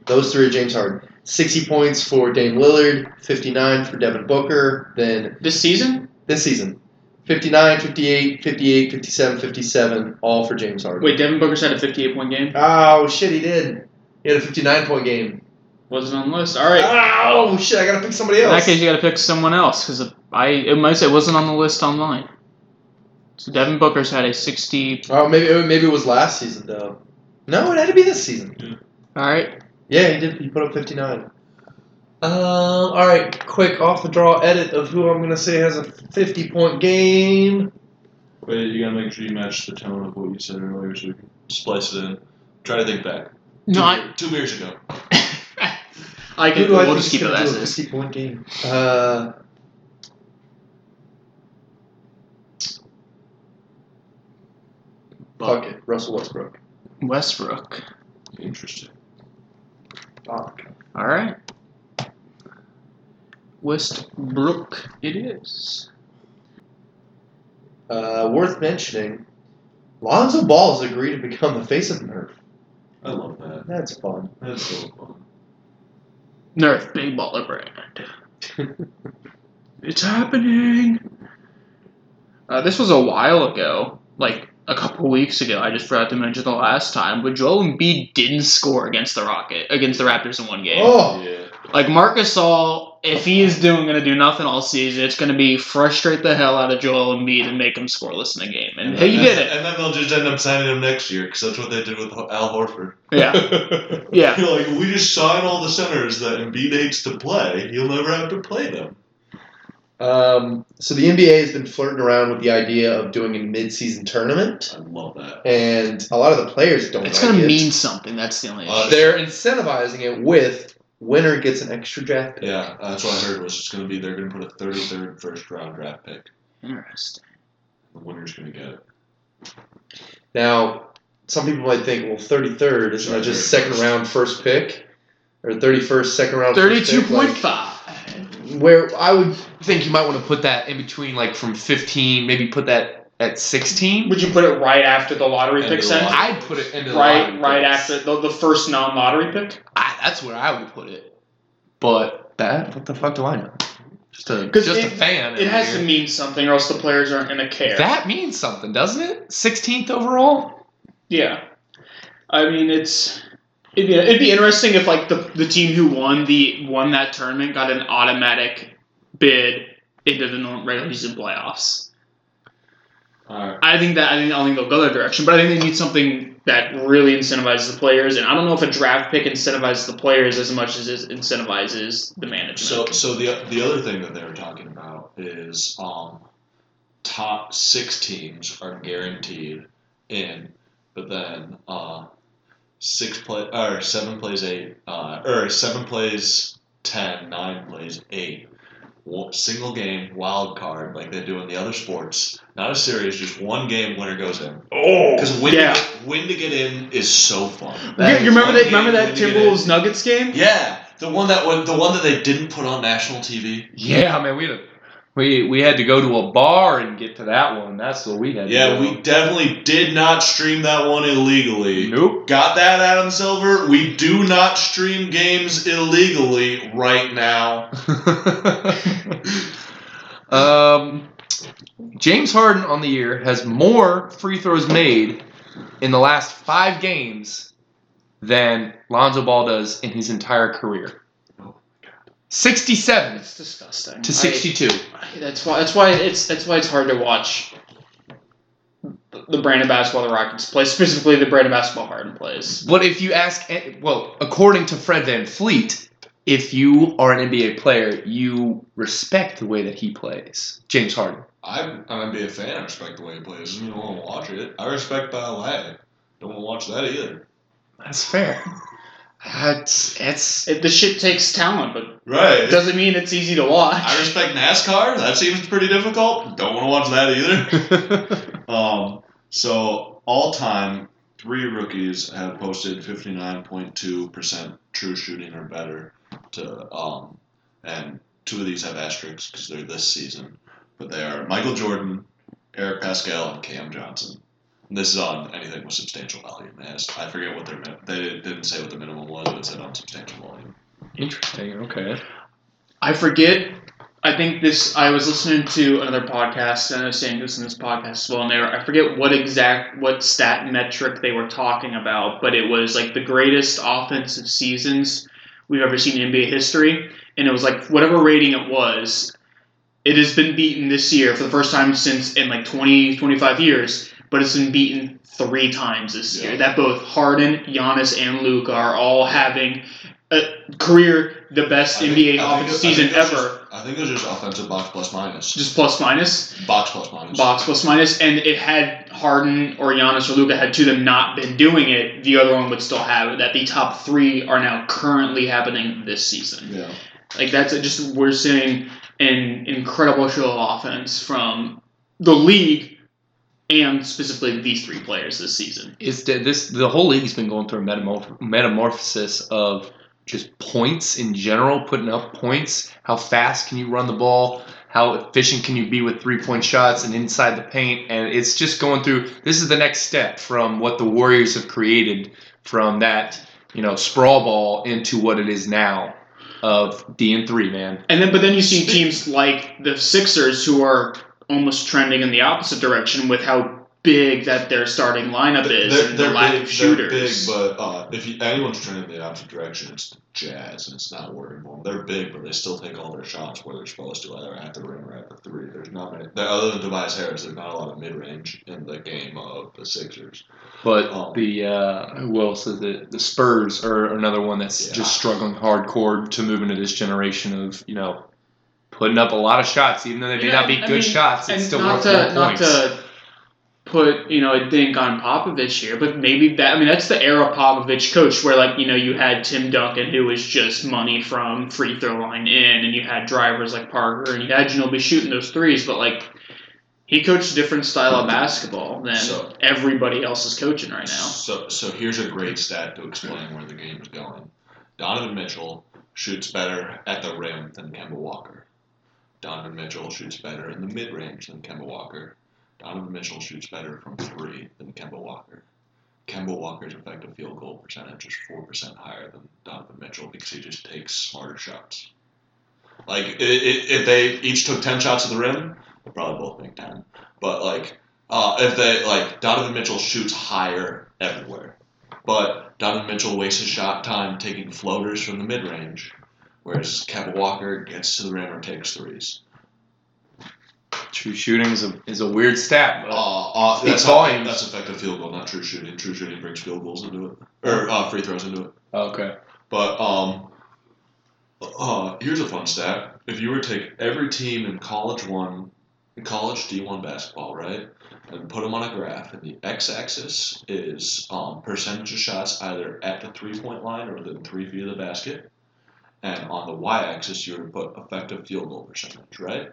S2: Those three are James Harden. 60 points for Dame Lillard, 59 for Devin Booker, then
S3: This season?
S2: this season. 59, 58, 58, 57, 57, all for James Harden.
S3: Wait, Devin Booker's had a 58 point game?
S2: Oh, shit, he did. He had a 59 point game.
S3: Wasn't on the list. All right.
S2: Oh, shit, I gotta pick somebody
S8: In that
S2: else.
S8: case, you got to pick someone else because I it might say it wasn't on the list online. So Devin Booker's had a sixty.
S2: oh, maybe, maybe it was last season, though. No, it had to be this season.
S8: All right,
S2: Yeah, he did. He put up 59. Um, all right, quick off the draw edit of who I'm going to say has a 50 point game.
S1: Wait, you gotta make sure you match the tone of what you said earlier so we can splice it in. Try to think back.
S8: no,
S1: two,
S8: I,
S1: beer- two beers ago.
S3: I
S2: Who
S3: can.
S2: do I
S3: We'll
S2: think
S3: just
S2: is
S3: keep it
S2: gonna
S3: as
S2: do a
S3: is.
S2: 50 point game? Uh, fuck it. Russell Westbrook.
S8: Westbrook.
S1: Interesting.
S2: Fuck.
S8: All right, Westbrook. It is.
S2: Uh, worth mentioning, Lonzo Ball has agreed to become the face of Nerf.
S1: I love that.
S2: That's fun.
S1: That's so fun.
S8: Nerf Big Baller Brand. It's happening. Uh, this was a while ago, like a couple weeks ago. I just forgot to mention the last time, but Joel Embiid didn't score against the Rocket against the Raptors in one game.
S2: oh,
S1: Yeah.
S8: Like Marcus All, if he is doing gonna do nothing all season, it's gonna be frustrate the hell out of Joel Embiid and make him scoreless in a game. And he
S1: then-
S8: did it.
S1: And then they'll just end up signing him next year because that's what they did with Al Horford.
S8: Yeah, yeah.
S1: You're like, we just sign all the centers that Embiid hates to play. You'll never have to play them.
S2: Um, so the NBA has been flirting around with the idea of doing a mid-season tournament,
S1: I love that.
S2: and a lot of the players don't.
S8: It's
S2: like
S8: gonna
S2: it.
S8: mean something. That's the only issue.
S1: Uh,
S2: They're incentivizing it with winner gets an extra draft pick.
S1: Yeah, that's what I heard was it's going to be they're going to put a 33rd first round draft pick.
S8: Interesting.
S1: The winner's going to get it.
S2: Now, some people might think, well, 33rd isn't that just second round first pick, or 31st second round? first
S8: Thirty-two
S2: pick?
S8: point
S2: Like,
S8: five.
S2: where I would
S6: I think you might want to put that in between, like from 15, maybe put that at 16.
S3: Would you put it right after the lottery
S1: End
S3: pick
S1: of the
S3: then?
S1: lottery.
S6: I'd put it into
S3: Right, right after the, the first non-lottery pick.
S6: I, that's where I would put it. But that, what the fuck do I know? Just a
S3: 'Cause
S6: just a
S3: it-
S6: fan.
S3: It
S6: over
S3: has
S6: here.
S3: to mean something, or else the players aren't gonna care.
S6: That means something, doesn't it? 16th overall.
S3: Yeah, I mean it's it'd be, it'd be interesting if like the the team who won the won that tournament got an automatic bid into the normal regular season playoffs.
S1: All right.
S3: I think that I think I don't think they'll go that direction, but I think they need something that really incentivizes the players, and I don't know if a draft pick incentivizes the players as much as it incentivizes the management.
S1: So, so the the other thing that they were talking about is um, top six teams are guaranteed in, but then uh, six play or seven plays eight uh, or seven plays ten, nine plays eight, one, single game wild card like they do in the other sports. Not a series, just one game winner goes in.
S3: oh,
S1: Because when
S3: yeah.
S1: to get, when to get in is so fun.
S3: You, you remember
S1: One
S3: that?
S1: game,
S3: Remember that
S1: when to get in.
S3: Timberwolves Nuggets game?
S1: Yeah, the one that was the one that they didn't put on national TV.
S6: Yeah, man, we had a, we we had to go to a bar and get to that one. That's what we had.
S1: Yeah,
S6: to
S1: we definitely did not stream that one illegally.
S6: Nope.
S1: Got that, Adam Silver? We do not stream games illegally right now.
S6: um, James Harden on the year has more free throws made in the last five games than Lonzo Ball does in his entire career. Sixty-seven
S3: That's disgusting.
S6: to sixty-two.
S3: I- that's why. That's why it's. That's why it's hard to watch. The, the brand of basketball the Rockets play, specifically the brand of basketball Harden plays.
S6: But if you ask, eh, well, according to Fred Van Fleet, if you are an NBA player, you respect the way that he plays. James Harden.
S1: I'm, I'm be a fan. I respect the way he plays. I don't want to watch it. I respect ballet. Don't want to watch that either.
S6: That's fair.
S8: It's it's
S3: It, the shit takes talent, but it
S1: Right.
S3: doesn't mean it's easy to watch.
S1: I respect NASCAR. That seems pretty difficult. Don't want to watch that either. Um, so all time, three rookies have posted 59.2% true shooting or better to, um, and two of these have asterisks because they're this season, but they are Michael Jordan, Eric Pascal, and Cam Johnson. And This is on anything with substantial volume. They asked- I forget what their min- they didn't say what the minimum was, but it said on substantial volume.
S6: Interesting. Okay.
S3: I forget. I think this. I was listening to another podcast, and I was saying this in this podcast as well. And they were, I forget what exact what stat metric they were talking about, but it was like the greatest offensive seasons we've ever seen in NBA history, and it was like whatever rating it was. It has been beaten this year for the first time since in like 20, 25 years, but it's been beaten three times this
S1: Yeah.
S3: year. That both Harden, Giannis, and Luka are all having a career the best
S1: I think-
S3: NBA
S1: I think it- I think
S3: offensive season
S1: it was
S3: ever
S1: I think it was just offensive box plus minus.
S3: just plus minus,
S1: Box plus minus.
S3: box plus minus, and it had Harden or Giannis or Luca had two of them not been doing it, the other one would still have it. That the top three are now currently happening this season.
S1: Yeah.
S3: Like that's just we're seeing an incredible show of offense from the league and specifically these three players this season.
S6: It's that this the whole league's been going through a metamorph- metamorphosis of just points in general, putting up points. How fast can you run the ball? How efficient can you be with three point shots and inside the paint? And it's just going through. This is the next step from what the Warriors have created from that you know sprawl ball into what it is now of D and three man.
S3: And then, but then you see teams like the Sixers who are almost trending in the opposite direction with how big that their starting lineup is and the lack
S1: big,
S3: of shooters.
S1: They're big, but uh, if you, anyone's trending in the opposite direction, it's the Jazz, and it's not working for them. They're big, but they still take all their shots where they're supposed to, either at the rim or at the three. There's not many. there- Other than Tobias Harris, there's not a lot of mid range in the game of the Sixers.
S6: But
S1: Um,
S6: the uh, who else is it? The Spurs are another one that's
S1: Yeah.
S6: just struggling hardcore to move into this generation of you know putting up a lot of shots, even though they may
S3: Yeah,
S6: not be
S3: I
S6: good
S3: mean,
S6: shots. It's
S3: and
S6: still
S3: not
S6: worth
S3: to
S6: more
S3: not
S6: points.
S3: to put you know a dink on Popovich here, but maybe that I mean that's the era Popovich coach where like you know you had Tim Duncan who was just money from free throw line in, and you had drivers like Parker, and you had Ginobili shooting those threes, but like. He coached a different style of basketball than
S1: So-
S3: everybody else is coaching right now.
S1: So, so here's a great stat to explain where the game is going. Donovan Mitchell shoots better at the rim than Kemba Walker. Donovan Mitchell shoots better in the mid range than Kemba Walker. Donovan Mitchell shoots better from three than Kemba Walker. Kemba Walker's effective field goal percentage is four percent higher than Donovan Mitchell because he just takes smarter shots. Like i i if they each took ten shots at the rim, they'll probably both make ten. But like uh, if they like Donovan Mitchell shoots higher everywhere, but Donovan Mitchell wastes his shot time taking floaters from the mid range, whereas Kemba Walker gets to the rim or takes threes.
S6: True shooting is a is a weird stat. but-
S1: Uh, uh,
S6: Speaks
S1: that's not-
S6: volumes.
S1: that's effective field goal, not true shooting. True shooting brings field goals into it or uh, free throws into it.
S6: Oh, okay.
S1: But um, uh, here's a fun stat: if you were to take every team in college one, in college D one basketball, right, and put them on a graph, and the x-axis is um, percentage of shots either at the three-point line or within three feet of the basket, and on the y-axis you would put effective field goal percentage, right?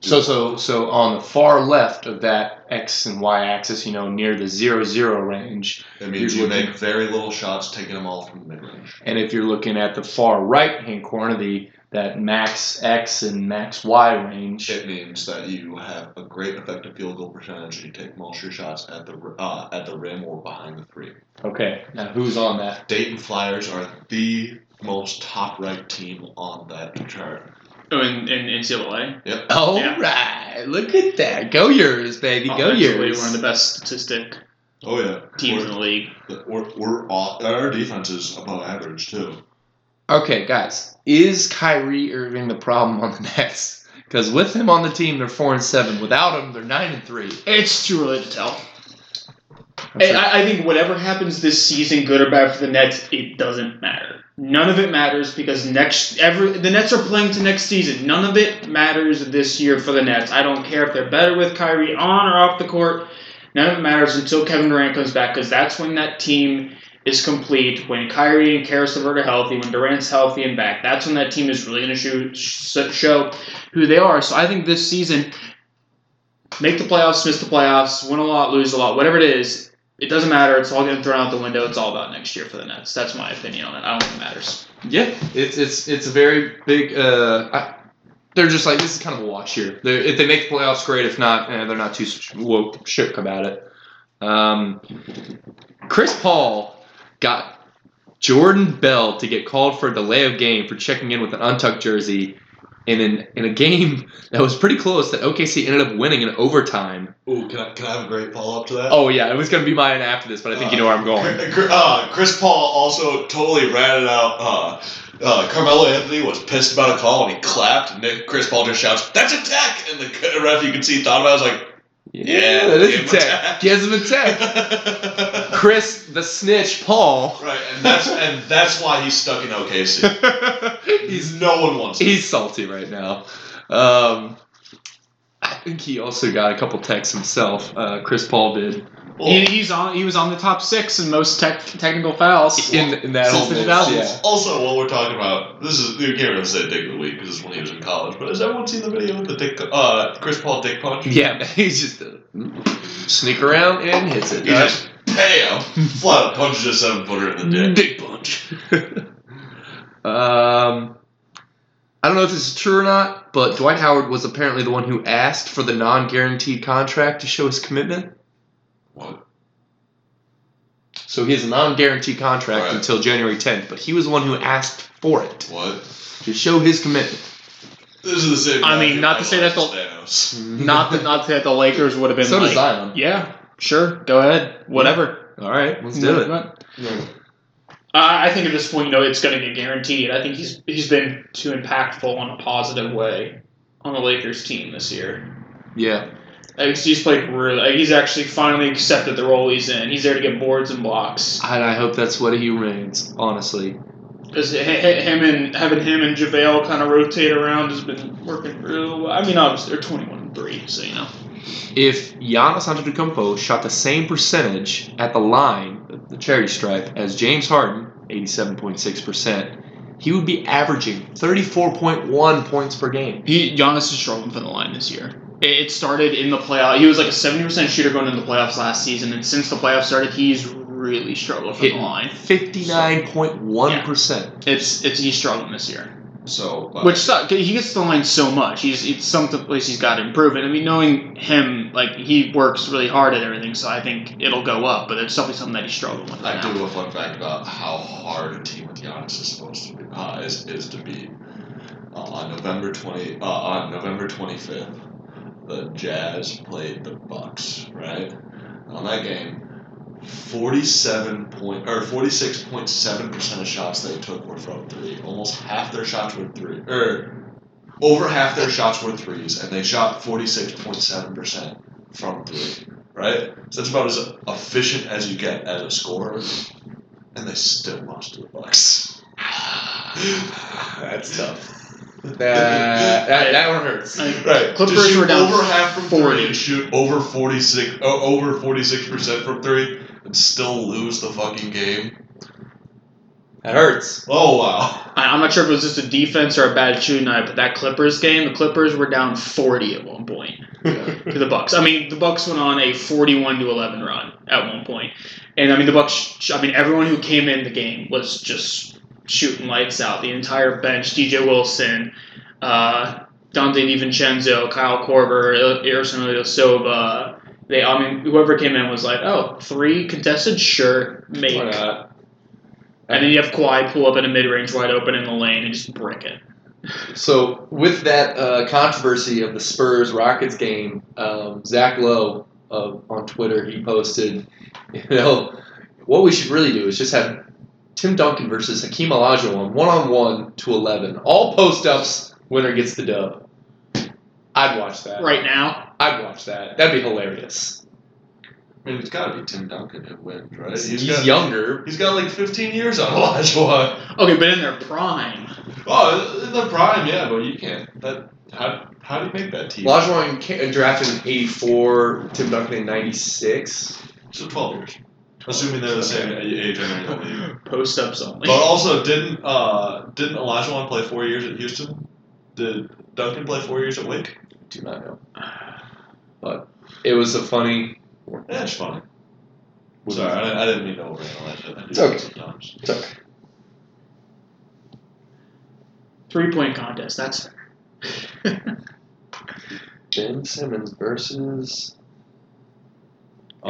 S6: So so so on the far left of that x and y axis, you know, near the zero zero range,
S1: It means
S6: You're
S1: you
S6: looking-
S1: make very little shots, taking them all from the mid-range.
S6: and if you're looking at the far right hand corner, the that max x and max y range.
S1: It means that you have a great effective field goal percentage, and you take most of your shots at the r- uh, at the rim or behind the three.
S6: Okay. Now who's on that?
S1: Dayton Flyers are the most top right team on that chart.
S3: Oh, in, in NCAA,
S6: All right,
S3: Yeah.
S6: look at that. Go yours, baby. Go
S3: Offensively,
S6: yours.
S3: one of the best statistic
S1: Oh yeah,
S3: teams in the league.
S1: We're, we're, we're all, our defense is above average too.
S6: Okay, guys, is Kyrie Irving the problem on the Nets? Because with him on the team, they're four and seven. Without him, they're nine and three.
S3: It's too early to tell. And I, I think whatever happens this season, good or bad for the Nets, it doesn't matter. None of it matters because next every the Nets are playing to next season. None of it matters this year for the Nets. I don't care if they're better with Kyrie on or off the court. None of it matters until Kevin Durant comes back because that's when that team is complete when Kyrie and Karis Levert are healthy, when Durant's healthy and back. That's when that team is really going to show who they are. So I think this season, make the playoffs, miss the playoffs, win a lot, lose a lot, whatever it is, it doesn't matter. It's all getting thrown out the window. It's all about next year for the Nets. That's my opinion on it. I don't think it matters.
S6: Yeah, it's it's it's a very big. Uh, I, they're just like this is kind of a wash year. They're, if they make the playoffs, great. If not, eh, they're not too sh- woke shook about it. Um, Chris Paul got Jordan Bell to get called for a delay of game for checking in with an untucked jersey. And in, in a game that was pretty close, that OKC ended up winning in overtime.
S1: Ooh, can I, can I have a great follow up to that?
S6: Oh yeah, it was going to be mine after this, but I think you know where I'm going.
S1: Uh, Chris Paul also totally ratted out. Uh, uh, Carmelo Anthony was pissed about a call and he clapped. And Nick Chris Paul just shouts, "That's a tech!" And the ref, you can see, thought about. it. Yeah,
S6: that
S1: give him a
S6: is a tech.
S1: tech.
S6: Gives him a
S1: I
S6: tech.
S1: was like,
S6: Chris the snitch Paul.
S1: right, and that's and that's why he's stuck in OKC.
S6: he's
S1: He's no one wants. him.
S6: he's salty right now. Um, I think he also got a couple texts himself. Uh, Chris Paul did
S8: He, he's on. He was on the top six in most tech, technical fouls.
S6: in, in that
S8: Since the
S6: whole mix,
S8: 2000s.
S1: Also, while we're talking about this is you can't really say dick of the week because it's when he was in college. But has everyone seen the video with the dick? Uh, Chris Paul dick punch.
S6: Yeah, yeah, man, he's just a, sneak around and hits it.
S1: He just bam, flat out punches a seven footer in the dick.
S6: Dick punch. um, I don't know if this is true or not, but Dwight Howard was apparently the one who asked for the non-guaranteed contract to show his commitment.
S1: What?
S6: So he has a non-guaranteed contract
S1: Right.
S6: until January 10th, but he was the one who asked for it
S1: What?
S6: to show his commitment.
S1: This is the same.
S8: I
S1: guy
S8: mean,
S1: who
S8: not to say that
S1: idolized
S2: Mm-hmm.
S8: Not that. Not that the Lakers would have been.
S6: so
S8: like,
S6: does Zion.
S8: Yeah. Sure. Go ahead. Whatever.
S6: All right, let's
S2: Mm-hmm.
S6: do it.
S3: I I think at this point, you know, it's going to be guaranteed. I think he's he's been too impactful in a positive way on the Lakers team this year.
S6: Yeah,
S3: Like, he's played really. Like, he's actually finally accepted the role he's in. He's there to get boards and blocks.
S6: and I hope that's what he remains. Honestly,
S3: Because him and having him and JaVale kind of rotate around has been working real well. I mean, obviously they're twenty-one and three, so you know.
S6: if Giannis Antetokounmpo shot the same percentage at the line, the- the charity stripe, as James Harden, eighty-seven point six percent, he would be averaging thirty-four point one points per game.
S8: He, Giannis is struggling for the line this year.
S3: It it started in the playoff. He was like a seventy percent shooter going into the playoffs last season, and since the playoffs started, he's really struggled from the
S6: Hit-
S3: line.
S6: Fifty-nine point one percent.
S3: It's it's he's struggling this year,
S1: now. So, uh,
S3: which sucks. He gets to the line so much. He's it's something place he's got to improve. And I mean, knowing him, like he works really hard at everything, so I think it'll go up. But it's definitely something that he's struggling with.
S1: I
S3: Right
S1: do
S3: now.
S1: have a fun fact about how hard a team with Giannis is supposed to be uh, is, is to beat. Uh, on November twenty uh, on November twenty fifth, the Jazz played the Bucks. Right on that game, forty seven point or forty six point seven percent of shots they took were from three. Almost half their shots were three or over half their shots were threes, and they shot forty six point seven percent from three. Right, so that's about as efficient as you get as a scorer and they still lost to the Bucks.
S2: That's tough. That, that, that one hurts.
S3: I-
S1: Right.
S3: Clippers
S1: to shoot
S3: were down
S1: over half from
S3: 40.
S1: three and shoot over forty six uh, over forty six percent from three and still lose the fucking game.
S2: That hurts.
S1: Oh wow.
S3: I- I'm not sure if it was just a defense or a bad shooting night, but that Clippers game, the Clippers were down 40 at one point to the Bucks. I mean, the Bucks went on a 41 to 11 run at one point, and I mean the Bucks. I mean, everyone who came in the game was just shooting lights out. The entire bench, DJ Wilson, uh, Dante DiVincenzo, Kyle Korver, Erison Silva. They, I mean, whoever came in was like, oh, three contested, sure, make.
S2: Why not?
S3: And then you have Kawhi pull up in a mid range wide open in the lane and just brick it.
S2: So with that uh, controversy of the Spurs Rockets game, um, Zach Lowe uh, on Twitter he posted, you know, what we should really do is just have Tim Duncan versus Hakeem Olajuwon one on one to eleven, all post ups. Winner gets the dub. I'd watch that.
S3: Right now,
S2: I'd watch that. That'd be hilarious.
S1: I mean, it's gotta be Tim Duncan who wins, right?
S2: He's,
S1: got,
S2: younger.
S1: He's got like fifteen years on Olajuwon.
S3: okay, but in their prime,
S1: Oh, in the prime, yeah, but you can't. That how how do you make that team?
S2: Olajuwon ca- drafted in '84, Tim Duncan in '96.
S1: So twelve years. assuming they're the same age and they're in the league.
S3: Post ups only.
S1: But also, didn't uh, didn't Elijah Wan play four years at Houston? Did Duncan play four years at Wake?
S2: Do not know. But it was a funny.
S1: Yeah, it's funny. Sorry, I, I didn't mean to overanalyze it. I do
S2: It's okay.
S1: Sometimes.
S2: It's okay.
S3: Three point contest. That's fair.
S2: Ben Simmons versus.
S1: Um,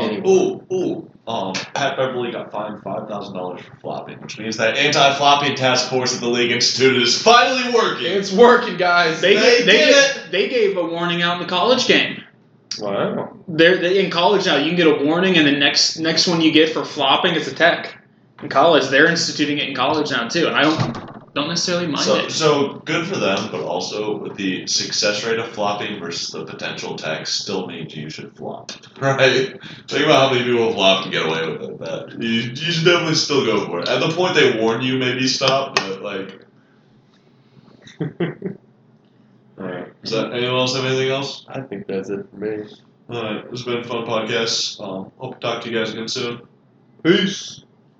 S2: Anyway.
S1: ooh, ooh. Um, Pat Beverly got fined five thousand dollars for flopping, which means that anti-flopping task force that the league instituted is finally working.
S2: It's working, guys.
S3: they
S1: They
S3: gave, they,
S1: did
S3: gave, they gave a warning out in the college game.
S2: Wow.
S3: They're, they in college now. You can get a warning, and the next next one you get for flopping is a tech. In college, they're instituting it in college now too, and I don't don't necessarily mind
S1: So,
S3: it.
S1: so good for them, but also with the success rate of flopping versus the potential tax, still means you should flop, right? Think about how many people flop and get away with it. That you, you should definitely still go for it. At the point they warn you, maybe stop. But like, all right. Does that, anyone else have anything else?
S2: I think that's it for me.
S1: Alright, this has been a fun podcast. Um, hope to talk to you guys again soon. Peace.